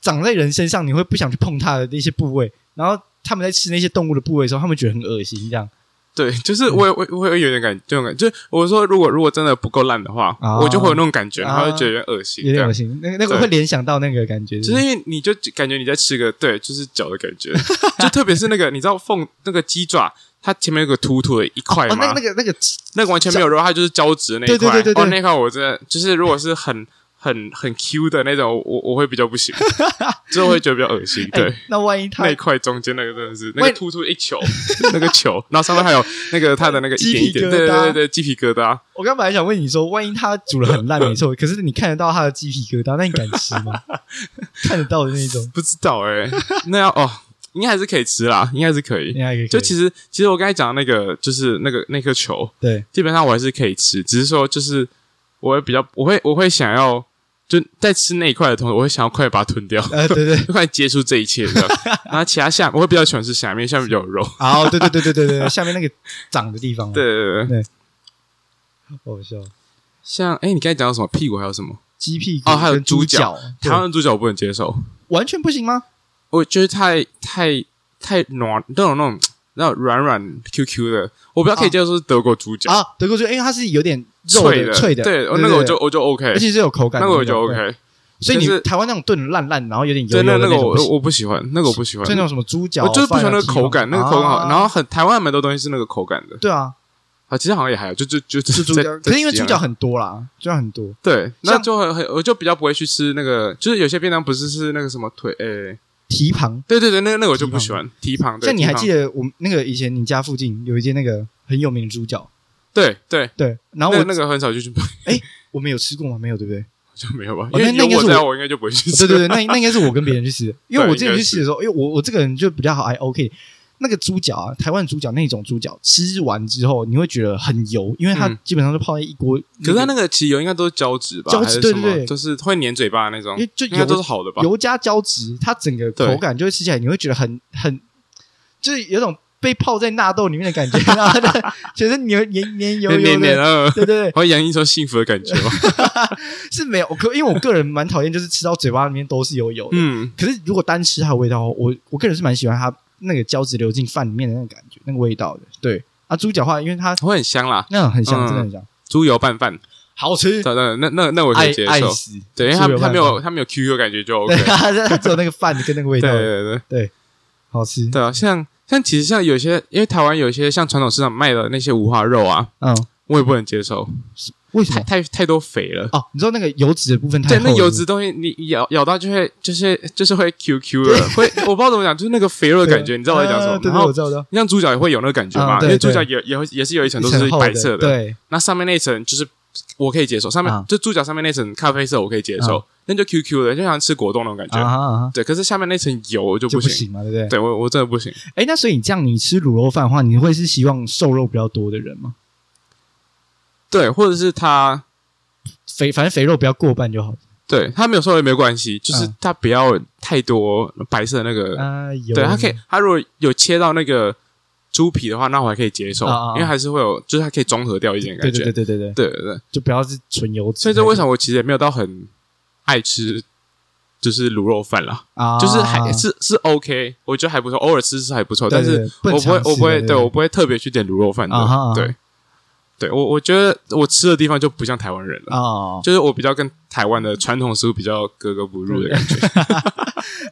Speaker 1: 长在人身上你会不想去碰它的那些部位，然后他们在吃那些动物的部位的时候，他们觉得很恶心，这样 *laughs*
Speaker 2: 对，就是我也我我会有点感，这种感，就是我说如果如果真的不够烂的话，
Speaker 1: 啊
Speaker 2: 我就会有那种感觉，然后
Speaker 1: 啊
Speaker 2: 就觉得有点恶心，
Speaker 1: 有
Speaker 2: 这
Speaker 1: 点
Speaker 2: 样
Speaker 1: 恶心。那个那个
Speaker 2: 对
Speaker 1: 会联想到那个感觉，
Speaker 2: 就是因为你就感觉你在吃个对，就是脚的感觉，就特别是那个你知道凤那个鸡爪，它前面有个突突的一块
Speaker 1: 哦，那个
Speaker 2: 吗？
Speaker 1: 那个那个
Speaker 2: 那个完全没有肉，它就是胶质的那
Speaker 1: 对
Speaker 2: 一块。
Speaker 1: 对对对对
Speaker 2: 哦，那一块我真的就是如果是很很很 Q 的那种，我我会比较
Speaker 1: *laughs*
Speaker 2: 不行，之后会觉得比较恶心。对，
Speaker 1: 哎那万一它
Speaker 2: 那一块中间那个真的是那
Speaker 1: 喂
Speaker 2: 个突出一球， *laughs* 那个球，然后上面还有那个它的那个一
Speaker 1: 鸡
Speaker 2: 点
Speaker 1: 皮
Speaker 2: 一点，
Speaker 1: 疙瘩
Speaker 2: 对对对对，鸡皮疙瘩。
Speaker 1: 我刚本来想问你说，万一它煮的很烂，没
Speaker 2: *laughs*
Speaker 1: 错，可是你看得到它的鸡皮疙瘩，那你敢吃吗？看得到的那种，
Speaker 2: 不知道哎、 *laughs* 那要哦，应该还是可以吃啦，应该是可以。
Speaker 1: 应该可以。
Speaker 2: 就其实，其实我刚才讲的那个，就是那个那颗球，
Speaker 1: 对，
Speaker 2: 基本上我还是可以吃，只是说就是我会比较，我会我会想要就在吃那一块的同时，我会想要快点把它吞掉， *laughs*
Speaker 1: 呃，对对，
Speaker 2: 就快点结束这一切这样。然后其他下，我会比较喜欢吃下面，下面比较有肉。
Speaker 1: 哦，对对对对对对，下面那个长的地方，，啊
Speaker 2: 对对对对，
Speaker 1: 好笑。
Speaker 2: 像哎，你刚才讲到什么屁股还有什么？
Speaker 1: 鸡屁股
Speaker 2: 哦还有
Speaker 1: 跟
Speaker 2: 猪
Speaker 1: 猪
Speaker 2: 脚
Speaker 1: 脚，
Speaker 2: 台
Speaker 1: 对
Speaker 2: 湾的猪脚我不能接受，
Speaker 1: 完全不行吗？
Speaker 2: 我觉得太太太软，那种那种那种软软 Q Q 的，我比较可以接受是德国猪脚。
Speaker 1: 啊，德国猪，因为它是有点肉
Speaker 2: 脆的，
Speaker 1: 脆的，
Speaker 2: 对，哦那个我就，我就 OK，
Speaker 1: 而且是有口感
Speaker 2: 那
Speaker 1: 的
Speaker 2: 个
Speaker 1: 种，
Speaker 2: 我就 OK，
Speaker 1: 对。所以
Speaker 2: 就是
Speaker 1: 你台湾那种炖得烂烂，然后有点油
Speaker 2: 对，
Speaker 1: 油
Speaker 2: 那
Speaker 1: 的
Speaker 2: 那个
Speaker 1: 种
Speaker 2: 我
Speaker 1: 不行，
Speaker 2: 我不喜欢，那个我不喜欢
Speaker 1: 所以，那种什么猪脚，
Speaker 2: 我哦就是不喜欢那个
Speaker 1: 饭啊
Speaker 2: 口感，
Speaker 1: 鸡
Speaker 2: 那
Speaker 1: 饭
Speaker 2: 个口感好，
Speaker 1: 啊
Speaker 2: 然后很台湾蛮多东西是那个口感的
Speaker 1: 对
Speaker 2: *laughs*
Speaker 1: 啊，
Speaker 2: 啊，其实好像也还有，就就就就是
Speaker 1: 猪
Speaker 2: 在
Speaker 1: 脚，
Speaker 2: 在啊
Speaker 1: 可是因为
Speaker 2: 几样
Speaker 1: 猪脚很多啦，猪脚很多，
Speaker 2: 对，那
Speaker 1: 像
Speaker 2: 就很很我就比较不会去吃那个，就是有些便当不是是那个什么腿，诶，
Speaker 1: 蹄膀。
Speaker 2: 对对对，那个那个我就不
Speaker 1: 蹄膀
Speaker 2: 喜欢蹄膀，对
Speaker 1: 像你还记
Speaker 2: 得？
Speaker 1: 得我们那个以前你家附近有一间那个很有名的猪脚，
Speaker 2: 对对，
Speaker 1: 对，然
Speaker 2: 那
Speaker 1: 后我
Speaker 2: 那个很少就去买，
Speaker 1: 我们有吃过吗？没有，对不对？
Speaker 2: 就没有吧，因
Speaker 1: 哦
Speaker 2: 为
Speaker 1: 那那应
Speaker 2: 有
Speaker 1: 该
Speaker 2: 我
Speaker 1: 是
Speaker 2: 在，
Speaker 1: 我
Speaker 2: 我应该就不会去
Speaker 1: 对
Speaker 2: 吃，
Speaker 1: 对对，那那应该是我跟别人去吃
Speaker 2: *laughs*
Speaker 1: 的，因为
Speaker 2: 对
Speaker 1: 我之前
Speaker 2: 应该
Speaker 1: 去
Speaker 2: 是
Speaker 1: 吃的时候，因为我我这个人就比较好，还 OK。那个猪脚啊，台湾猪脚那种猪脚，吃完之后你会觉得很油，因为它
Speaker 2: 嗯
Speaker 1: 基本上就泡在一锅。
Speaker 2: *laughs* 可是它那个其实有应该都是胶质吧，
Speaker 1: 胶质
Speaker 2: 还是
Speaker 1: 对对
Speaker 2: 什么
Speaker 1: 对
Speaker 2: 就是会粘嘴巴的那种
Speaker 1: 因为，就
Speaker 2: 应该
Speaker 1: 油
Speaker 2: 都是好的吧？
Speaker 1: 油加胶质，它整个口感就会吃起来，你会觉得很很，就是有种被泡在纳豆里面的感觉， *laughs* 然后它觉得黏黏黏油油的。
Speaker 2: 黏黏的，
Speaker 1: 对对对，
Speaker 2: 呃 *laughs* 会洋溢出幸福的感觉
Speaker 1: *laughs*
Speaker 2: 吗？
Speaker 1: 是没有。可因为我个人蛮讨厌，就是吃到嘴巴里面都是油油的。
Speaker 2: 嗯，
Speaker 1: 可是如果单吃它的味道，我我个人是蛮喜欢它那个胶质流进饭里面的那个感觉，那个味道的。对啊，猪脚话，因为它
Speaker 2: 会很香啦，
Speaker 1: 那很香，
Speaker 2: 嗯
Speaker 1: 真的很香，
Speaker 2: 猪油拌饭，
Speaker 1: 好吃，
Speaker 2: 对对，那那那我可
Speaker 1: 爱
Speaker 2: 以接
Speaker 1: 爱
Speaker 2: 受。
Speaker 1: 死。
Speaker 2: 对，因为它
Speaker 1: 猪油拌
Speaker 2: 它
Speaker 1: 饭
Speaker 2: 没有它没有 QQ 感觉就 OK
Speaker 1: 对，。 *laughs* 它它只有那个饭跟那个味
Speaker 2: 对
Speaker 1: 道，
Speaker 2: 对对
Speaker 1: 好吃。
Speaker 2: 对啊，像像其实像有些，因为台湾有些像传统市场卖的那些五花肉啊，
Speaker 1: 嗯，
Speaker 2: 我也不能接受，
Speaker 1: 为什
Speaker 2: 太
Speaker 1: 么？
Speaker 2: 太太多肥了。
Speaker 1: 哦，你知道那个油脂的部分太
Speaker 2: *laughs* 对，
Speaker 1: 厚
Speaker 2: 那
Speaker 1: 了
Speaker 2: 油脂东西你你咬咬到就会就是就是会 QQ 了，会我不知道怎么讲，就是那个肥肉
Speaker 1: 对
Speaker 2: 的感觉，你知道我在讲什
Speaker 1: 啊
Speaker 2: 么？
Speaker 1: 对
Speaker 2: 然
Speaker 1: 对，我
Speaker 2: 后
Speaker 1: 知道，我知道，
Speaker 2: 像猪脚也会有那个感觉嘛，
Speaker 1: 嗯
Speaker 2: 因
Speaker 1: 对
Speaker 2: 为猪
Speaker 1: 对
Speaker 2: 脚也也会也是有一层都
Speaker 1: 一
Speaker 2: 是
Speaker 1: 层厚
Speaker 2: 白色的，
Speaker 1: 对，
Speaker 2: 那上面那一层就是我可以接受，上面、
Speaker 1: 啊
Speaker 2: 就猪脚上面那层咖啡色我可以接受，那就 QQ 的，就像吃果冻那种感觉。
Speaker 1: 啊哈啊哈，
Speaker 2: 对，可是下面那层油我就
Speaker 1: 就
Speaker 2: 不
Speaker 1: 不
Speaker 2: 行。
Speaker 1: 行嘛，对不对？
Speaker 2: 对我我真的不行，
Speaker 1: 哎，那所以你这样，你吃卤肉饭的话，你会是希望瘦肉比较多的人吗？
Speaker 2: 对，或者是它
Speaker 1: 肥，反正肥肉不要过半就好。
Speaker 2: 对它没有瘦也没关系，就是
Speaker 1: 嗯
Speaker 2: 它不要太多白色的那个，
Speaker 1: 啊，油
Speaker 2: 对它可以，它如果有切到那个猪皮的话，那我还可以接受，
Speaker 1: 啊啊啊
Speaker 2: 因为还是会有，就是它可以综合掉一点
Speaker 1: 对
Speaker 2: 感觉。
Speaker 1: 对对对对对，
Speaker 2: 对对对
Speaker 1: 就不要是纯油脂。
Speaker 2: 所以这为什么我其实也没有到很爱吃，就是卤肉饭啦，
Speaker 1: 啊？
Speaker 2: 就是还是是 OK，我觉得还不错，偶尔吃吃还不错，
Speaker 1: 对
Speaker 2: 但
Speaker 1: 对对
Speaker 2: 是
Speaker 1: 不能
Speaker 2: 我不会
Speaker 1: 常吃
Speaker 2: 我不会
Speaker 1: 对对
Speaker 2: 对
Speaker 1: 对
Speaker 2: 我不会特别去点卤肉饭的
Speaker 1: 啊哈啊哈，
Speaker 2: 对，对我我觉得我吃的地方就不像台湾人了。
Speaker 1: 哦，
Speaker 2: 就是我比较跟台湾的传统食物比较格格不入的感觉，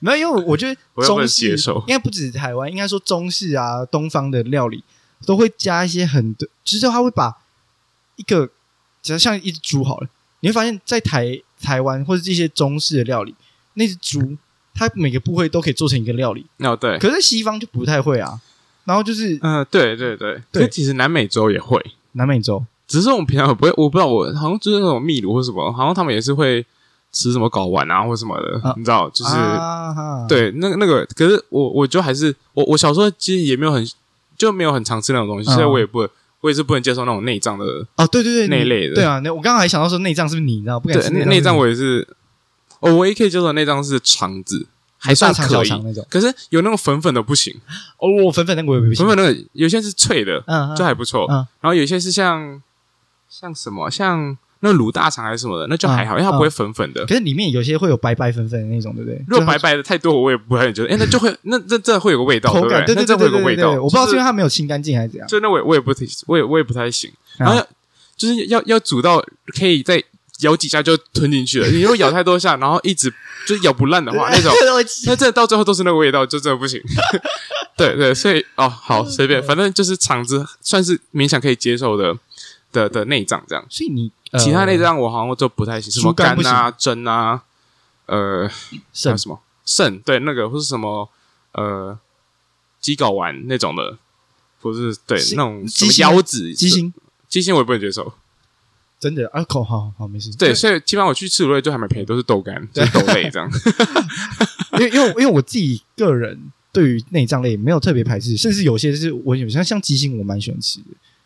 Speaker 1: 没有，因为我觉
Speaker 2: *laughs* 我
Speaker 1: 得
Speaker 2: 要不能
Speaker 1: 中式
Speaker 2: 接受
Speaker 1: 应该不止台湾，应该说中式啊，东方的料理都会加一些很多，就是他会把一个，只要像一只猪好了，你会发现在台台湾或者这些中式的料理，那只猪它每个部位都可以做成一个料理，
Speaker 2: 哦，对，
Speaker 1: 可是西方就不太会啊。然后就是
Speaker 2: 嗯、对对对，
Speaker 1: 对
Speaker 2: 对，其实南美洲也会，
Speaker 1: 南美洲
Speaker 2: 只是我们平常也不会，我不知道我好像就是那种秘鲁或什么，好像他们也是会吃什么睾丸啊或什么的，
Speaker 1: 啊
Speaker 2: 你知道，就是、
Speaker 1: 啊哈
Speaker 2: 对那个那个，可是我我就还是我我小时候其实也没有很就没有很常吃那种东西，
Speaker 1: 嗯
Speaker 2: 所以我也不我也是不能接受那种内脏的，
Speaker 1: 哦对对对
Speaker 2: 那一
Speaker 1: 你
Speaker 2: 类的
Speaker 1: 对啊，那我刚刚还想到说内脏是不是你，你知道不敢
Speaker 2: 对
Speaker 1: 吃
Speaker 2: 内
Speaker 1: 内
Speaker 2: 内脏
Speaker 1: 是
Speaker 2: 我也是，哦我唯一可以接受的内脏是肠子，还
Speaker 1: 大
Speaker 2: 算
Speaker 1: 肠小
Speaker 2: 可以，
Speaker 1: 肠那种
Speaker 2: 可是有那种粉粉的不行，
Speaker 1: 哦，我粉粉那个我也不行
Speaker 2: 粉，粉的有些是脆的，
Speaker 1: 嗯嗯
Speaker 2: 就还不错。
Speaker 1: 嗯
Speaker 2: 然后有一些是像像什么，像那卤大肠还是什么的，那就还好，
Speaker 1: 嗯
Speaker 2: 因为它不会粉粉的。
Speaker 1: 可是里面有些会有白白粉粉的那种，对不对？
Speaker 2: 如果白白的太多，我也不会觉得，哎，那就会那那这会有个味道，
Speaker 1: 口感，
Speaker 2: 对
Speaker 1: 对
Speaker 2: 不
Speaker 1: 对
Speaker 2: 那这
Speaker 1: 对
Speaker 2: 会
Speaker 1: 对
Speaker 2: 有个
Speaker 1: 对
Speaker 2: 味
Speaker 1: 对
Speaker 2: 道
Speaker 1: 对，。我不知道
Speaker 2: 就是
Speaker 1: 因为它没有清干净还是怎样。
Speaker 2: 就那我也我也不太我也我也不太行。
Speaker 1: 啊
Speaker 2: 然后就是要要煮到可以再咬几下就吞进去了，你如果咬太多下，然后一直就是咬不烂的话，那种那真的到最后都是那个味道，就真的不行。 *laughs* 对对，所以哦，好随便，反正就是肠子算是勉强可以接受的的的内脏这样，
Speaker 1: *laughs* 所以你呃
Speaker 2: 其他内脏我好像都不太行，什么
Speaker 1: 猪肝
Speaker 2: 肝
Speaker 1: 不
Speaker 2: 啊、胗啊，呃，还
Speaker 1: 肾
Speaker 2: 有什么肾？对，那个或是什么呃鸡睾丸那种的，或是对
Speaker 1: 是
Speaker 2: 那种什
Speaker 1: 鸡
Speaker 2: 么
Speaker 1: 心
Speaker 2: 腰子、
Speaker 1: 鸡心，
Speaker 2: 鸡心我也不能接受。
Speaker 1: 真的啊，口好好没事。
Speaker 2: 对，所以基本上我去吃卤味就还蛮便宜，都是豆干，就是豆类这样。
Speaker 1: *laughs* 因为因为因为我自己个人对于内脏类没有特别排斥，甚至有些是我有像像鸡心我蛮喜欢吃的，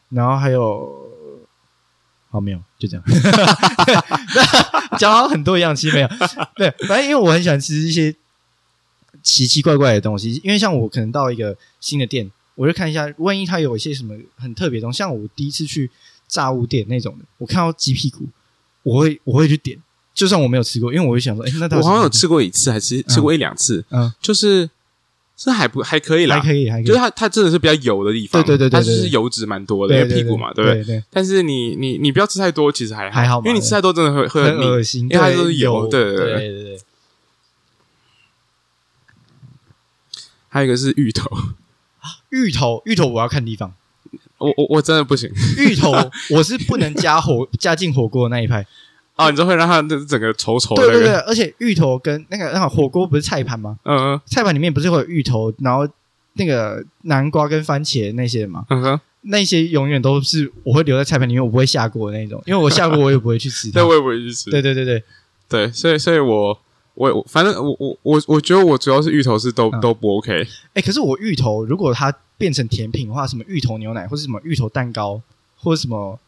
Speaker 1: 然后还有。好，没有，就这样。 *laughs* 讲好像很多一样，其实没有。对，反正因为我很喜欢吃一些奇奇怪怪的东西，因为像我可能到一个新的店，我就看一下，万一它有一些什么很特别的东西，像我第一次去炸物店那种的，我看到鸡屁股，我会我会去点，就算我没有吃过，因为我会想说，哎、那它
Speaker 2: 我好像有
Speaker 1: 什么
Speaker 2: 吃过一次，还是吃过一两次，
Speaker 1: 嗯，
Speaker 2: 就是是还不还可以
Speaker 1: 还
Speaker 2: 啦，
Speaker 1: 可以，还可以，
Speaker 2: 就是它它真的是比较油的地方，
Speaker 1: 对对对对
Speaker 2: 它就
Speaker 1: 对
Speaker 2: 是
Speaker 1: 对
Speaker 2: 油脂蛮多的，因
Speaker 1: 对
Speaker 2: 为屁股嘛，对
Speaker 1: 对
Speaker 2: 不对？
Speaker 1: 对对，
Speaker 2: 但是你你你不要吃太多，其实还
Speaker 1: 还好嘛
Speaker 2: 因为你吃太多真的会会
Speaker 1: 很
Speaker 2: 很腻。
Speaker 1: 恶心，
Speaker 2: 因为它
Speaker 1: 对
Speaker 2: 都是油
Speaker 1: 油，
Speaker 2: 对
Speaker 1: 对
Speaker 2: 对对
Speaker 1: 对对，
Speaker 2: 还有一个是芋头，
Speaker 1: 芋头芋头我要看地方，
Speaker 2: 我我我真的不行
Speaker 1: 芋
Speaker 2: *laughs*
Speaker 1: 头我是不能加火加进火锅的那一派，
Speaker 2: 啊！你知道会让它那整个稠稠的
Speaker 1: 对
Speaker 2: 那
Speaker 1: 对对，
Speaker 2: 个，
Speaker 1: 而且芋头跟那个那个火锅不是菜盘吗？
Speaker 2: 嗯嗯
Speaker 1: 菜盘里面不是会有芋头，然后那个南瓜跟番茄那些吗？
Speaker 2: 嗯哼，
Speaker 1: 那些永远都是我会留在菜盘里面，我不会下锅的那种，因为我下锅我也不会去吃它
Speaker 2: 对，。我也不会去吃。
Speaker 1: 对对对对，
Speaker 2: 对，所以所以我我我反正我我我我觉得我主要是芋头是都、
Speaker 1: 嗯
Speaker 2: 都不 OK，
Speaker 1: 哎，可是我芋头如果它变成甜品的话，什么芋头牛奶或是什么芋头蛋糕，或者什么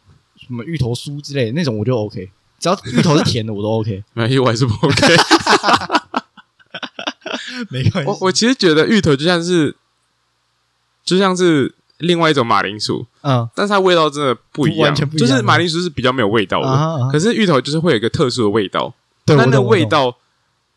Speaker 1: 什么芋头酥之类的那种，我就 OK。只要芋头是甜的，我都 OK，
Speaker 2: 没有，我还是不 OK。
Speaker 1: *laughs* 没关系
Speaker 2: 我。我其实觉得芋头就像是就像是另外一种马铃薯，
Speaker 1: 嗯
Speaker 2: 但是它味道真的不一样，
Speaker 1: 完全不一样
Speaker 2: 就是马铃薯是比较没有味道的，
Speaker 1: 啊啊，
Speaker 2: 可是芋头就是会有一个特殊的味道，
Speaker 1: 对，
Speaker 2: 但
Speaker 1: 我
Speaker 2: 那
Speaker 1: 懂我
Speaker 2: 味
Speaker 1: 懂
Speaker 2: 道。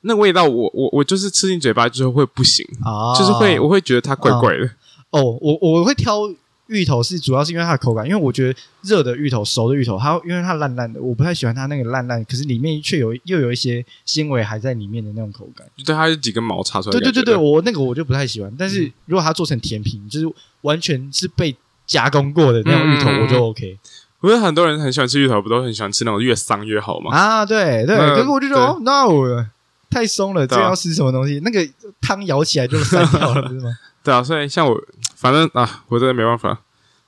Speaker 2: 那味道我我我就是吃进嘴巴之后会不行，
Speaker 1: 啊，
Speaker 2: 就是会我会觉得它怪怪的。
Speaker 1: 哦，我我会挑芋头是主要是因为它的口感，因为我觉得热的芋头、熟的芋头，它因为它烂烂的，我不太喜欢它那个烂烂，可是里面却有又有一些纤维还在里面的那种口感。
Speaker 2: 就对，它嗯有几根毛插出来
Speaker 1: 对
Speaker 2: 的
Speaker 1: 对
Speaker 2: 感觉
Speaker 1: 对
Speaker 2: 的。
Speaker 1: 对，我那个我就不太喜欢，但是如果它做成甜品，就是完全是被加工过的那种芋头，
Speaker 2: 嗯
Speaker 1: 我就 OK
Speaker 2: 不是很多人很喜欢吃芋头，不都很喜欢吃那种越桑越好吗？
Speaker 1: 啊。对对，
Speaker 2: 嗯
Speaker 1: 可是我就觉得
Speaker 2: 对
Speaker 1: 哦，no，太松了，这
Speaker 2: 对啊
Speaker 1: 要吃什么东西？那个汤舀起来就散掉了，不是 *laughs* 吗？
Speaker 2: 对啊，所以像我，反正啊，我真的没办法，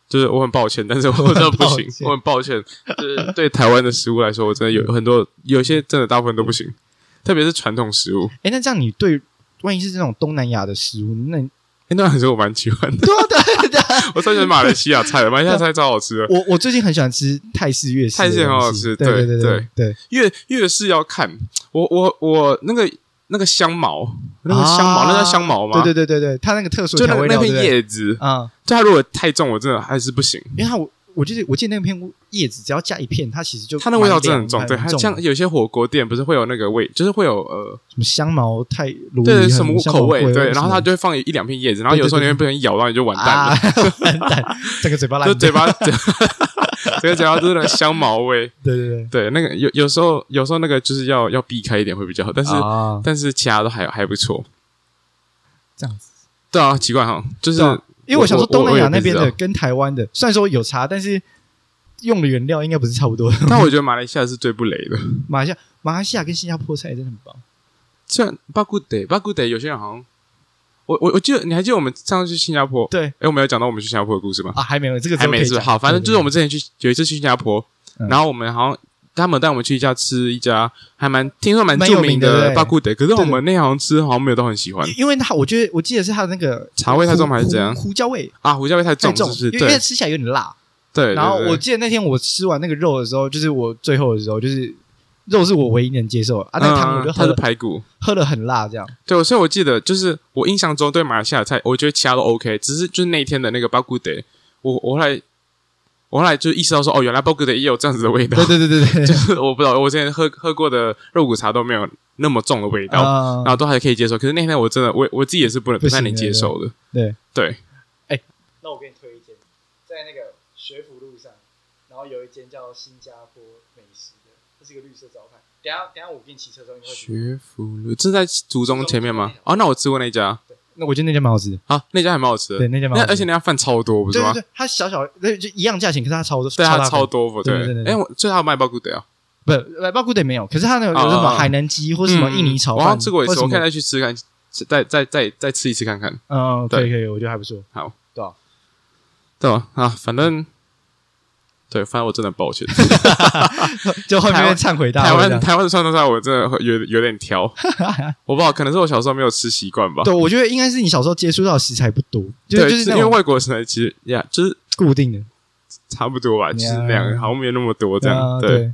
Speaker 2: 就是我很抱歉，但是我真的不
Speaker 1: *laughs*
Speaker 2: 行，我很抱歉，就是对台湾的食物来说，我真的有很多，有些真的大部分都不行，特别是传统食物。
Speaker 1: 哎，那这样你对万一是这种东南亚的食物，那你
Speaker 2: 哎，那还是我蛮喜欢的，
Speaker 1: 对啊对啊对啊。
Speaker 2: *laughs* 我超喜欢马来西亚菜的，马来西亚菜超好吃的，
Speaker 1: 我我最近很喜欢吃泰式粤式的东西，
Speaker 2: 泰式很好吃
Speaker 1: 对
Speaker 2: 对
Speaker 1: 对对对
Speaker 2: 越越是要看我我我那个那个香茅，那个香茅，
Speaker 1: 啊
Speaker 2: 那叫香茅吗？
Speaker 1: 对对对对对，它那个特殊
Speaker 2: 就
Speaker 1: 的
Speaker 2: 那
Speaker 1: 调
Speaker 2: 个
Speaker 1: 味
Speaker 2: 那
Speaker 1: 料，
Speaker 2: 片
Speaker 1: 对不对
Speaker 2: 叶子，
Speaker 1: 啊、
Speaker 2: 就它如果太重，我真的还是不行。
Speaker 1: 因为它我我记得我记得那片叶子只要加一片，它其实就
Speaker 2: 它那味道真的很
Speaker 1: 蛮
Speaker 2: 重，
Speaker 1: 蛮
Speaker 2: 对，它
Speaker 1: 蛮
Speaker 2: 像
Speaker 1: 的
Speaker 2: 有些火锅店不是会有那个味，就是会有呃，
Speaker 1: 什么香茅太鲈
Speaker 2: 对
Speaker 1: 鱼
Speaker 2: 什么口味，对，然后它
Speaker 1: 它
Speaker 2: 就会放一两片叶子，然后
Speaker 1: 对对
Speaker 2: 有时候你
Speaker 1: 对
Speaker 2: 会不小心咬到，你就完蛋
Speaker 1: 啊
Speaker 2: 了，
Speaker 1: *laughs* 完蛋，整个嘴巴烂
Speaker 2: *laughs* 就
Speaker 1: 掉，
Speaker 2: 嘴巴整个 *laughs* 嘴巴都是那个香茅味。
Speaker 1: 对对对，
Speaker 2: 对，那个有有时候有时候那个就是要要避开一点会比较好，但是
Speaker 1: 啊
Speaker 2: 但是其他都还还不错。
Speaker 1: 这样子。
Speaker 2: 对啊，奇怪哈，就是
Speaker 1: 对啊因为我想说
Speaker 2: 我我
Speaker 1: 东南亚
Speaker 2: 我也不
Speaker 1: 那边
Speaker 2: 知
Speaker 1: 的
Speaker 2: 道
Speaker 1: 跟台湾的，虽然说有差，但是用的原料应该不是差不多的。
Speaker 2: *laughs*
Speaker 1: *laughs*
Speaker 2: 但我觉得马来西亚是最不雷的。
Speaker 1: 马来西亚、马来西亚跟新加坡菜真的很棒。
Speaker 2: 虽然巴古得巴古得，有些人好像我我我记得你还记得我们上次去新加坡？
Speaker 1: 对
Speaker 2: 哎，我们有讲到我们去新加坡的故事吗？
Speaker 1: 啊，还没有这个之
Speaker 2: 还
Speaker 1: 后可以
Speaker 2: 没是
Speaker 1: 讲
Speaker 2: 好，反正就是我们
Speaker 1: 对
Speaker 2: 之前去有一次去新加坡，
Speaker 1: 嗯
Speaker 2: 然后我们好像他们带我们去一家吃一家还蛮听说蛮
Speaker 1: 蛮
Speaker 2: 著
Speaker 1: 有
Speaker 2: 名
Speaker 1: 名的对不对
Speaker 2: 巴库德，可是
Speaker 1: 对
Speaker 2: 我们那好像吃好像没有都很喜欢
Speaker 1: 对因因为它我觉得我记得是它的那个
Speaker 2: 茶味太重
Speaker 1: 胡
Speaker 2: 还是怎样
Speaker 1: 胡胡椒味
Speaker 2: 啊，胡椒味太
Speaker 1: 太
Speaker 2: 重是
Speaker 1: 重，
Speaker 2: 不是？
Speaker 1: 因为
Speaker 2: 对
Speaker 1: 因为
Speaker 2: 对
Speaker 1: 吃起来有点辣。
Speaker 2: 对，
Speaker 1: 然后
Speaker 2: 对
Speaker 1: 我记得那天我吃完那个肉的时候，就是我最后的时候，就是肉是我唯一能接受的啊，那个汤我
Speaker 2: 嗯
Speaker 1: 就
Speaker 2: 它
Speaker 1: 喝
Speaker 2: 是
Speaker 1: 了
Speaker 2: 排骨，
Speaker 1: 喝了很辣，这样
Speaker 2: 对，所以我记得就是我印象中对马来西亚菜，我觉得其他都 OK，只是就是那一天的那个巴库德，我我后来我后来就意识到说，哦，原来巴库德也有这样子的 *laughs* 味道，
Speaker 1: 对对对 *laughs* 对
Speaker 2: 就
Speaker 1: 对，
Speaker 2: 是 *laughs* 我不知道我之前喝喝过的肉骨茶都没有那么重的味道，
Speaker 1: 啊
Speaker 2: 然后都还可以接受。可是那天我真的，我我自己也是不能
Speaker 1: 不
Speaker 2: 不
Speaker 1: 行啊
Speaker 2: 太能接受的。
Speaker 1: 对。
Speaker 2: 对，
Speaker 1: 那我给你推一间，在那个学府路上，然后有一间叫新加坡美食的，这是一个绿色招牌。等一下等一下我给你骑车的时候你会去。
Speaker 2: 学府路这在竹中前面吗？哦，那我吃过那家
Speaker 1: 那我觉得那家蛮好吃的，
Speaker 2: 啊，那家还蛮好吃
Speaker 1: 对
Speaker 2: 的。
Speaker 1: 那家蛮好
Speaker 2: 那
Speaker 1: 吃的。
Speaker 2: 而且那家饭超多，不是
Speaker 1: 对
Speaker 2: 吗
Speaker 1: 对？对，它小小那就一样价钱，可是它超多，
Speaker 2: 对，它
Speaker 1: 大
Speaker 2: 超
Speaker 1: 份
Speaker 2: 多不
Speaker 1: 对对对对
Speaker 2: 哎，我最好卖鲍菇的啊，
Speaker 1: 不，呃巴古得没有，可是它那个有
Speaker 2: 啊
Speaker 1: 什
Speaker 2: 啊
Speaker 1: 么
Speaker 2: 啊
Speaker 1: 海南鸡或什么
Speaker 2: 嗯
Speaker 1: 印尼炒
Speaker 2: 我好像
Speaker 1: 饭，
Speaker 2: 吃过一
Speaker 1: 或
Speaker 2: 次，
Speaker 1: 什
Speaker 2: 我可以
Speaker 1: 么
Speaker 2: 再去吃看，再再再再吃一次看看，
Speaker 1: 嗯，可以
Speaker 2: 对
Speaker 1: 可以，我觉得还不错。
Speaker 2: 好
Speaker 1: 对啊，
Speaker 2: 对吧？啊，反正。对，反正我真的很
Speaker 1: *laughs*
Speaker 2: 抱歉。
Speaker 1: 就后面
Speaker 2: 台湾
Speaker 1: 忏悔大会
Speaker 2: 台
Speaker 1: 这
Speaker 2: 湾
Speaker 1: 样
Speaker 2: 台湾的酸豆菜我真的会有有点
Speaker 1: *laughs*
Speaker 2: 挑，我不知道，可能是我小时候没有吃习惯吧。
Speaker 1: 对，我觉得应该是你小时候接触到的食材不多，就
Speaker 2: 对，
Speaker 1: 就是那
Speaker 2: 因为
Speaker 1: 种
Speaker 2: 外国食材其实呀，就是
Speaker 1: 固定的
Speaker 2: 差不多吧，就是那样，
Speaker 1: Yeah
Speaker 2: 好像没有那么多这样，
Speaker 1: 啊
Speaker 2: 对，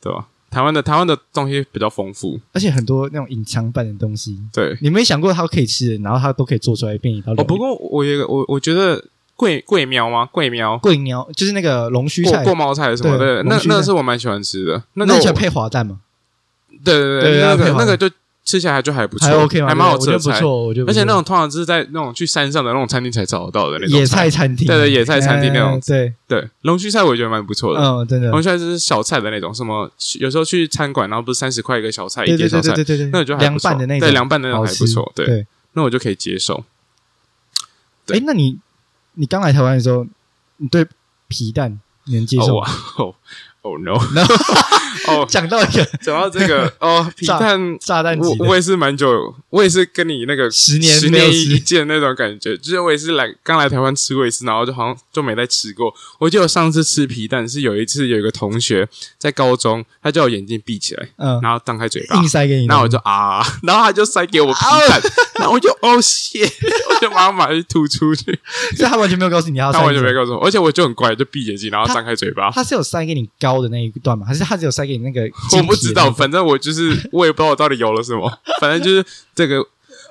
Speaker 2: 对吧？台湾的台湾的东西比较丰富，
Speaker 1: 而且很多那种隐藏版的东西，
Speaker 2: 对。
Speaker 1: 你没想过它可以吃的，然后它都可以做出来变一道料
Speaker 2: 哦，
Speaker 1: 理。
Speaker 2: 不过我有一个我我觉得桂桂苗吗？桂苗
Speaker 1: 桂苗就是那个龙须
Speaker 2: 过
Speaker 1: 菜，
Speaker 2: 过毛菜什么
Speaker 1: 对
Speaker 2: 的，那
Speaker 1: 龙须菜
Speaker 2: 那是我蛮喜欢吃的。那
Speaker 1: 那
Speaker 2: 个
Speaker 1: 你
Speaker 2: 我
Speaker 1: 喜欢配滑蛋吗？
Speaker 2: 对对
Speaker 1: 对
Speaker 2: 那
Speaker 1: 配
Speaker 2: 个
Speaker 1: 黄
Speaker 2: 那个就吃起来就还不错，
Speaker 1: 还 OK 吗？
Speaker 2: 还蛮好吃
Speaker 1: 我觉
Speaker 2: 的
Speaker 1: 得
Speaker 2: 菜
Speaker 1: 不。错，我觉得不
Speaker 2: 而
Speaker 1: 错。
Speaker 2: 且那种通常是在那种去山上的那种餐厅才找得到的那种
Speaker 1: 野菜，餐厅，
Speaker 2: 对对野菜餐厅那种
Speaker 1: 哎对，
Speaker 2: 对龙须菜我也觉得蛮不错的。
Speaker 1: 嗯，真的，
Speaker 2: 龙须菜就是小菜的那种，什么有时候去餐馆，然后不是三十块一个小菜，一
Speaker 1: 对
Speaker 2: 碟
Speaker 1: 对
Speaker 2: 小
Speaker 1: 对
Speaker 2: 菜
Speaker 1: 对，对对
Speaker 2: 那
Speaker 1: 对，
Speaker 2: 我觉得还
Speaker 1: 凉
Speaker 2: 不错
Speaker 1: 拌的那种，
Speaker 2: 对凉拌的那种
Speaker 1: 好
Speaker 2: 还
Speaker 1: 吃
Speaker 2: 不错，对，
Speaker 1: 对。
Speaker 2: 那我就可以接受。对
Speaker 1: 哎，那你你刚来台湾的时候，你对皮蛋你能接
Speaker 2: 哦
Speaker 1: 受
Speaker 2: 哇
Speaker 1: 吗？
Speaker 2: 哦哦 no，哦，
Speaker 1: 讲到一个
Speaker 2: 讲到这个哦，
Speaker 1: *laughs*
Speaker 2: 皮
Speaker 1: 炸
Speaker 2: 蛋，
Speaker 1: 炸弹级
Speaker 2: 我
Speaker 1: 的
Speaker 2: 我也是蛮久，我也是跟你那个
Speaker 1: 十年
Speaker 2: 十
Speaker 1: 没有
Speaker 2: 年
Speaker 1: 吃
Speaker 2: 一见那种感觉，就是我也是来刚来台湾吃过一次，然后就好像就没再吃过。我记得我上次吃皮蛋是有一次有一个同学在高中，他叫我眼睛闭起来，
Speaker 1: 嗯，
Speaker 2: 然后张开嘴巴
Speaker 1: 硬，塞给你的，啊
Speaker 2: 那我就啊，然后他就塞给我皮
Speaker 1: *laughs*
Speaker 2: 蛋，然后我就哦谢， *laughs* 我就把它马上吐出去。
Speaker 1: 所以他完全没有告诉你他要塞
Speaker 2: 他
Speaker 1: 你
Speaker 2: 完全
Speaker 1: 什么
Speaker 2: 没告诉我，而且我就很乖，就闭眼睛，然后
Speaker 1: 他
Speaker 2: 张开嘴巴。
Speaker 1: 他是有塞给你高的那一段吗？还是他只有塞给你那个？
Speaker 2: 我不知道，，反正我就是我也不知道我到底有了什么，反正就是这个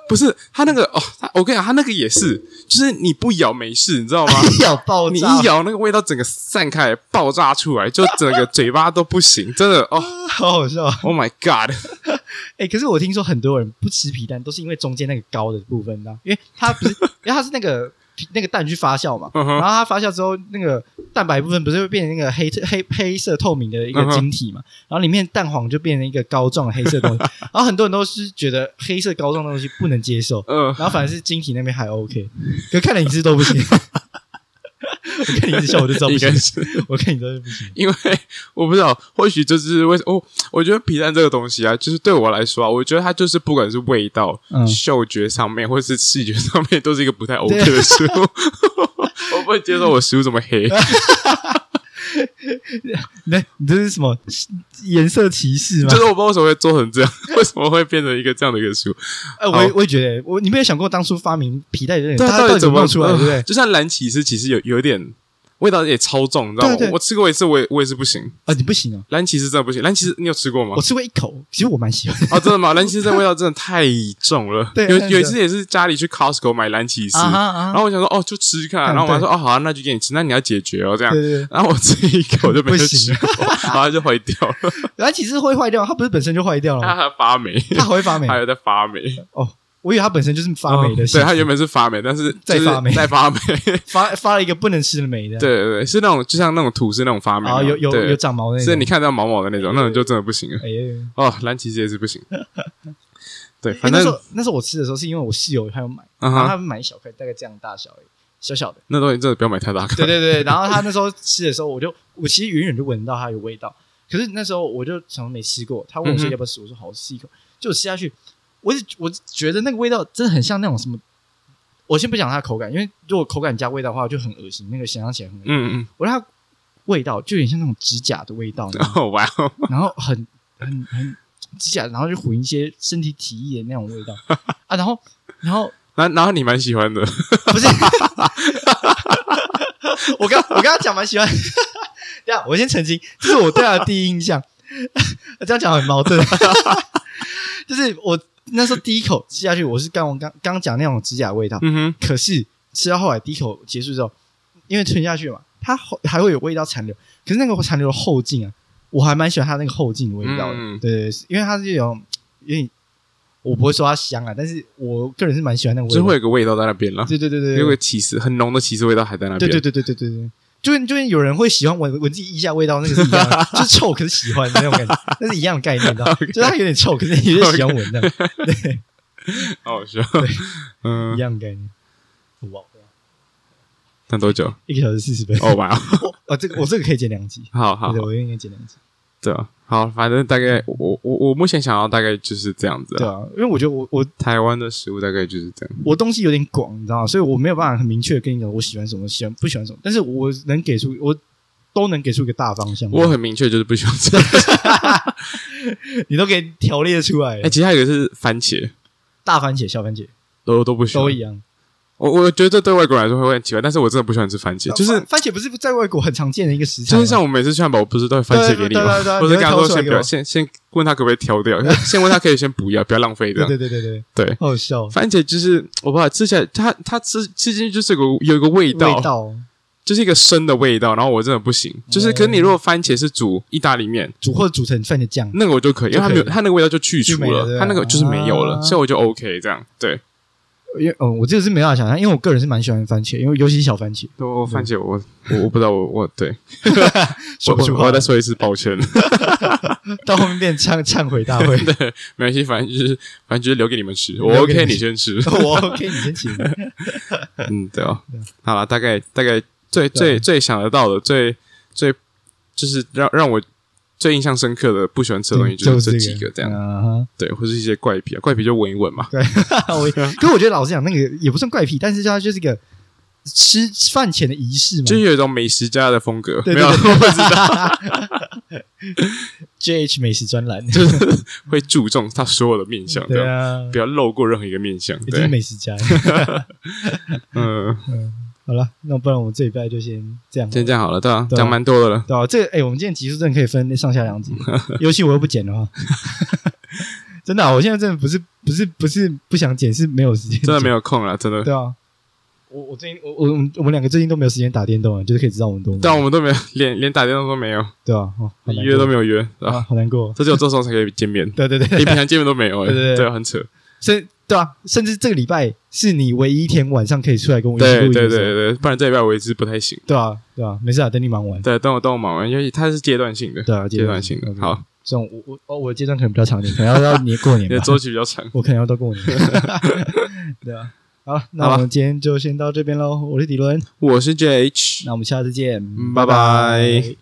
Speaker 2: 不是他那个哦，他我跟你讲，他那个也是，就是你不咬没事，你知道吗？ *laughs*
Speaker 1: 咬 *laughs* 爆炸，
Speaker 2: 你一咬那个味道，整个散开爆炸出来，就整个嘴巴都不行，真的哦
Speaker 1: *laughs* 好好笑。
Speaker 2: ，Oh my God！ *laughs*
Speaker 1: 哎、可是我听说很多人不吃皮蛋，都是因为中间那个高的部分，你知道？因为它
Speaker 2: *laughs*
Speaker 1: 不是，因为它是那个皮那个蛋去发酵嘛，
Speaker 2: 嗯
Speaker 1: 然
Speaker 2: 哼
Speaker 1: 后它发酵之后，那个蛋白部分不是会变成那个黑黑黑色透明的一个
Speaker 2: 嗯哼
Speaker 1: 晶体嘛？然后里面蛋黄就变成一个膏状的黑色东西，然后很多人都是觉得黑色膏状的东西不能接受，
Speaker 2: 呃，
Speaker 1: 然后反而是晶体那边还 OK，可看来你是都不行。 *laughs* 我看你一直笑，我就知道不
Speaker 2: 应
Speaker 1: 行
Speaker 2: 该。是
Speaker 1: 我看你真的不行。
Speaker 2: 因为我不知道，或许就是为我、我觉得皮蛋这个东西啊，就是对我来说啊，我觉得它就是不管是味道、
Speaker 1: 嗯
Speaker 2: 嗅觉上面，或是视觉上面，都是一个不太 OK 的食物。 *laughs* 我不会接受我食物这么黑，
Speaker 1: 那你这是什么颜色歧视吗
Speaker 2: *laughs* 就？是我不知道为什么会做成这样， *laughs* 为什么会变成一个这样的一个食物？
Speaker 1: 哎，我也我也觉得，我你没有想过当初发明皮带的人，
Speaker 2: 对啊
Speaker 1: 他到
Speaker 2: 底
Speaker 1: 底怎
Speaker 2: 怎
Speaker 1: 么
Speaker 2: 么
Speaker 1: 弄出来，对不对？
Speaker 2: 就像蓝起司，其实有有一点，味道也超重，你知道吗？
Speaker 1: 对对
Speaker 2: 我吃过一次，我也我也是不行。
Speaker 1: 啊，你不行哦，
Speaker 2: 蓝骑士真的不行，蓝骑士你有吃过吗
Speaker 1: 我？吃过一口，其实我蛮喜欢的。
Speaker 2: 哦，真的吗？蓝骑士这味道真的太重了。
Speaker 1: 对
Speaker 2: 有
Speaker 1: 真的
Speaker 2: 有一次也是家里去 Costco 买蓝骑士，
Speaker 1: 啊哈
Speaker 2: 然
Speaker 1: 啊哈，
Speaker 2: 后我想说哦，就吃吃看啊，
Speaker 1: 嗯
Speaker 2: 然后我妈说哦，好啊，那就给你吃，那你要解决哦，这样
Speaker 1: 对。对对，
Speaker 2: 然后我吃一口就没
Speaker 1: 不
Speaker 2: 有吃
Speaker 1: 行
Speaker 2: 过，
Speaker 1: *laughs*
Speaker 2: 然后它就坏掉了，
Speaker 1: 蓝骑士啊会坏掉，它不是本身就坏掉了
Speaker 2: 它
Speaker 1: 吗，
Speaker 2: 还发霉，
Speaker 1: 它还会发霉
Speaker 2: 啊 *laughs* 它。还有在发霉，
Speaker 1: 哦，我以为它本身就是发霉的性
Speaker 2: 哦
Speaker 1: 质，
Speaker 2: 对，它原本是发霉，但是
Speaker 1: 再
Speaker 2: 就是
Speaker 1: 发霉
Speaker 2: 再发霉，
Speaker 1: 发发了一个不能吃的霉的。
Speaker 2: 对对对，是那种就像那种土是那种发霉
Speaker 1: 啊，
Speaker 2: 嘛，
Speaker 1: 有有
Speaker 2: 对
Speaker 1: 有长毛那
Speaker 2: 是
Speaker 1: 种
Speaker 2: 你。看到毛毛的那种，那种就真的不行了。
Speaker 1: 哎呀，
Speaker 2: 哦，蓝骑士也是不
Speaker 1: *laughs*
Speaker 2: 行。对，
Speaker 1: 哎
Speaker 2: 反
Speaker 1: 那时
Speaker 2: 正
Speaker 1: 候那时候我吃的时候，是因为我室友他有买，
Speaker 2: 啊
Speaker 1: 然后
Speaker 2: 哈，
Speaker 1: 他买一小块，大概这样大小而已，小小的。
Speaker 2: 那东西真的不要买太大
Speaker 1: 对
Speaker 2: 颗。
Speaker 1: 对对，然后他那时候吃的时候，我就我其实远远就闻到它有味道，可是那时候我就想没吃过，他问我说
Speaker 2: 嗯哼
Speaker 1: 要不要吃，我说好，我吃一口，就我吃下去，我只我只觉得那个味道真的很像那种什么，我先不讲它的口感，因为如果口感加味道的话就很恶心，那个想象起来很恶心，
Speaker 2: 嗯
Speaker 1: 我觉得它味道就有点像那种指甲的味道，你知道吗
Speaker 2: 嗯，哦 *laughs* 哇哦，
Speaker 1: 然后很很很指甲，然后就混一些身体体液的那种味道啊，然后然后
Speaker 2: 然后然后你蛮喜欢的，
Speaker 1: *laughs* 不是，我刚我刚刚讲蛮喜欢。 *laughs* 这样，我先澄清，这是我对他的第一印象。 *laughs* 这样讲很矛盾， *laughs* 就是我那时候第一口吃下去，我是刚我刚刚讲那种指甲味道，
Speaker 2: 嗯哼，
Speaker 1: 可是吃到后来第一口结束之后，因为吞下去嘛，它后还会有味道残留，可是那个残留的后劲啊，我还蛮喜欢它那个后劲的味道的。
Speaker 2: 嗯
Speaker 1: 对对对，因为它是有种有点，我不会说它香啊，但是我个人是蛮喜欢那个味
Speaker 2: 就
Speaker 1: 道
Speaker 2: 会。有个味道在那边了，
Speaker 1: 对对对对，对
Speaker 2: 有个起司很浓的起司味道还在那
Speaker 1: 对
Speaker 2: 边。
Speaker 1: 对对对对对对，就跟就跟有人会喜欢闻闻自己腋下味道，那个是一样
Speaker 2: *laughs*
Speaker 1: 的，就是臭可是喜欢的那种感觉，那是一样的概念，你知道吗
Speaker 2: OK
Speaker 1: 就是它有点臭，可是也是喜欢闻的，
Speaker 2: 好好笑。 *laughs* 嗯
Speaker 1: *laughs* 一，样的概念。哇，
Speaker 2: 那多久？
Speaker 1: 一个小时四十分钟，
Speaker 2: 哦哇哦，
Speaker 1: *laughs*
Speaker 2: *laughs*
Speaker 1: 哦，这个我这个可以剪两集，
Speaker 2: 好好
Speaker 1: 对，我应该剪两集，
Speaker 2: 对啊，好，反正大概我我我目前想要大概就是这样子
Speaker 1: 对
Speaker 2: 啊。
Speaker 1: 啊，因为我觉得我我
Speaker 2: 台湾的食物大概就是这样。
Speaker 1: 我东西有点广，你知道吗？所以我没有办法很明确地跟你讲我喜欢什么，喜欢不喜欢什么，但是我能给出我都能给出一个大方向，
Speaker 2: 我很明确就是不喜欢吃。哎、
Speaker 1: *laughs* 你都给条列出来了，
Speaker 2: 其实还有一个是番茄，
Speaker 1: 大番茄、小番茄
Speaker 2: 都都不喜欢
Speaker 1: 都。一样。
Speaker 2: 我我觉得这对外国人来说会很奇怪，但是我真的不喜欢吃番茄，就是
Speaker 1: 哦番番茄不是在外国很常见的一个食材
Speaker 2: 就
Speaker 1: 吗，
Speaker 2: 是像我每次去汉堡，我不是都会番茄给你吗
Speaker 1: 对对对对对？
Speaker 2: *laughs* 我是跟他
Speaker 1: 你会挑
Speaker 2: 说
Speaker 1: 出来
Speaker 2: 先不
Speaker 1: 给
Speaker 2: 要，
Speaker 1: 我
Speaker 2: 先先问他可不可以挑掉， *laughs* 先问他可以先不要，不要浪费这
Speaker 1: 对
Speaker 2: 样。
Speaker 1: 对对对对，
Speaker 2: 对，
Speaker 1: 好好笑，哦
Speaker 2: 番茄就是我不知道吃起来，它它吃吃进去就是有个有一个味道，
Speaker 1: 味道
Speaker 2: 就是一个生的味道，然后我真的不行。就是，
Speaker 1: 哦
Speaker 2: 可是你如果番茄是煮意大利面，
Speaker 1: 煮或者煮成饭的酱，
Speaker 2: 那个我就可以，因为它没有
Speaker 1: 就可以
Speaker 2: 它那个味道就去除
Speaker 1: 就没了对
Speaker 2: 它那个就是没有了，
Speaker 1: 啊
Speaker 2: 所以我就 OK 这样。对，
Speaker 1: 因为嗯，我这个是没办法想象，因为我个人是蛮喜欢番茄，因为尤其是小番茄，
Speaker 2: 我番茄我我我不知道我我对我
Speaker 1: 说不出
Speaker 2: 我
Speaker 1: 话
Speaker 2: 我
Speaker 1: 来
Speaker 2: 再，说一次抱歉。
Speaker 1: 到后面变忏忏悔大
Speaker 2: *laughs*
Speaker 1: 会，
Speaker 2: 没关系，反正就是反正就是留给你们吃，我
Speaker 1: 留给
Speaker 2: OK，
Speaker 1: 你
Speaker 2: 你先吃。
Speaker 1: *laughs* 我 OK，你先请，
Speaker 2: 嗯，对哦
Speaker 1: 对啊，
Speaker 2: 好了，大概大概最
Speaker 1: 对啊
Speaker 2: 最最想得到的，最最就是让让我最印象深刻的不喜欢吃的东
Speaker 1: *laughs*
Speaker 2: 西，
Speaker 1: 嗯就是
Speaker 2: 这
Speaker 1: 个
Speaker 2: 几个这样，
Speaker 1: 啊
Speaker 2: 对，或是一些怪癖啊，怪癖就闻一闻嘛，
Speaker 1: 哈， *laughs* 我可我觉得老实讲，那个也不算怪癖，但是它就是一个吃饭前的仪式嘛，
Speaker 2: 就是有一种美食家的风格，
Speaker 1: 对
Speaker 2: 没有
Speaker 1: 对
Speaker 2: 我不知道，
Speaker 1: JH 美食专
Speaker 2: *laughs*
Speaker 1: 栏，
Speaker 2: 就是 *laughs* 会注重他所有的面相，
Speaker 1: *laughs*
Speaker 2: 这
Speaker 1: 对
Speaker 2: 样
Speaker 1: 啊，
Speaker 2: 不要漏过任何一个面相，
Speaker 1: 已经
Speaker 2: 对，
Speaker 1: 美食家了。
Speaker 2: 嗯，
Speaker 1: 好了，那不然我们这礼拜就先这样好了，
Speaker 2: 先这样好了，对啊，
Speaker 1: 对啊
Speaker 2: 讲蛮多的了，
Speaker 1: 对啊，这个哎、我们今天集数真的可以分上下两集，尤其我又不剪的话， *laughs* 真的啊、我现在真的不是不是不是不想剪，是没有时间，
Speaker 2: 真的没
Speaker 1: 有。
Speaker 2: 有空了，真的，
Speaker 1: 对啊，我我最近我我我们我们两个最近都没有时间打电动啊，就是可以知道我们多忙
Speaker 2: 但我们都没有连连打电话都没有，
Speaker 1: 对啊，哦，好难
Speaker 2: 约都
Speaker 1: 过
Speaker 2: 没有约
Speaker 1: 啊，
Speaker 2: 啊，
Speaker 1: 好难过。。
Speaker 2: 这只有这时候才可以见面
Speaker 1: 对对
Speaker 2: 你
Speaker 1: *laughs* 对，
Speaker 2: 平常见面都没有、欸，
Speaker 1: 对对对
Speaker 2: 对啊，很扯。
Speaker 1: 甚对啊，甚至这个礼拜是你唯一一天晚上可以出来跟我一起录
Speaker 2: 对
Speaker 1: 音的
Speaker 2: 对对
Speaker 1: 时候，
Speaker 2: 对，不然这礼拜我一直不太行。
Speaker 1: 对啊对啊，没事啊，等你忙完。
Speaker 2: 对，等我等我忙完，因为它是阶段性的，
Speaker 1: 对啊，
Speaker 2: 阶段性的。
Speaker 1: OK
Speaker 2: 好，，
Speaker 1: 这种我我哦，我的阶段可能比较长一点，可能要到年过年
Speaker 2: *laughs* 你
Speaker 1: 吧
Speaker 2: 的。周期比较长。
Speaker 1: 我可能要到过年。
Speaker 2: *laughs*
Speaker 1: 对啊，好，那我
Speaker 2: 好
Speaker 1: 们今天就先到这边喽。我是迪伦，
Speaker 2: 我是 J H，
Speaker 1: 那我们下次见，
Speaker 2: 拜拜
Speaker 1: 拜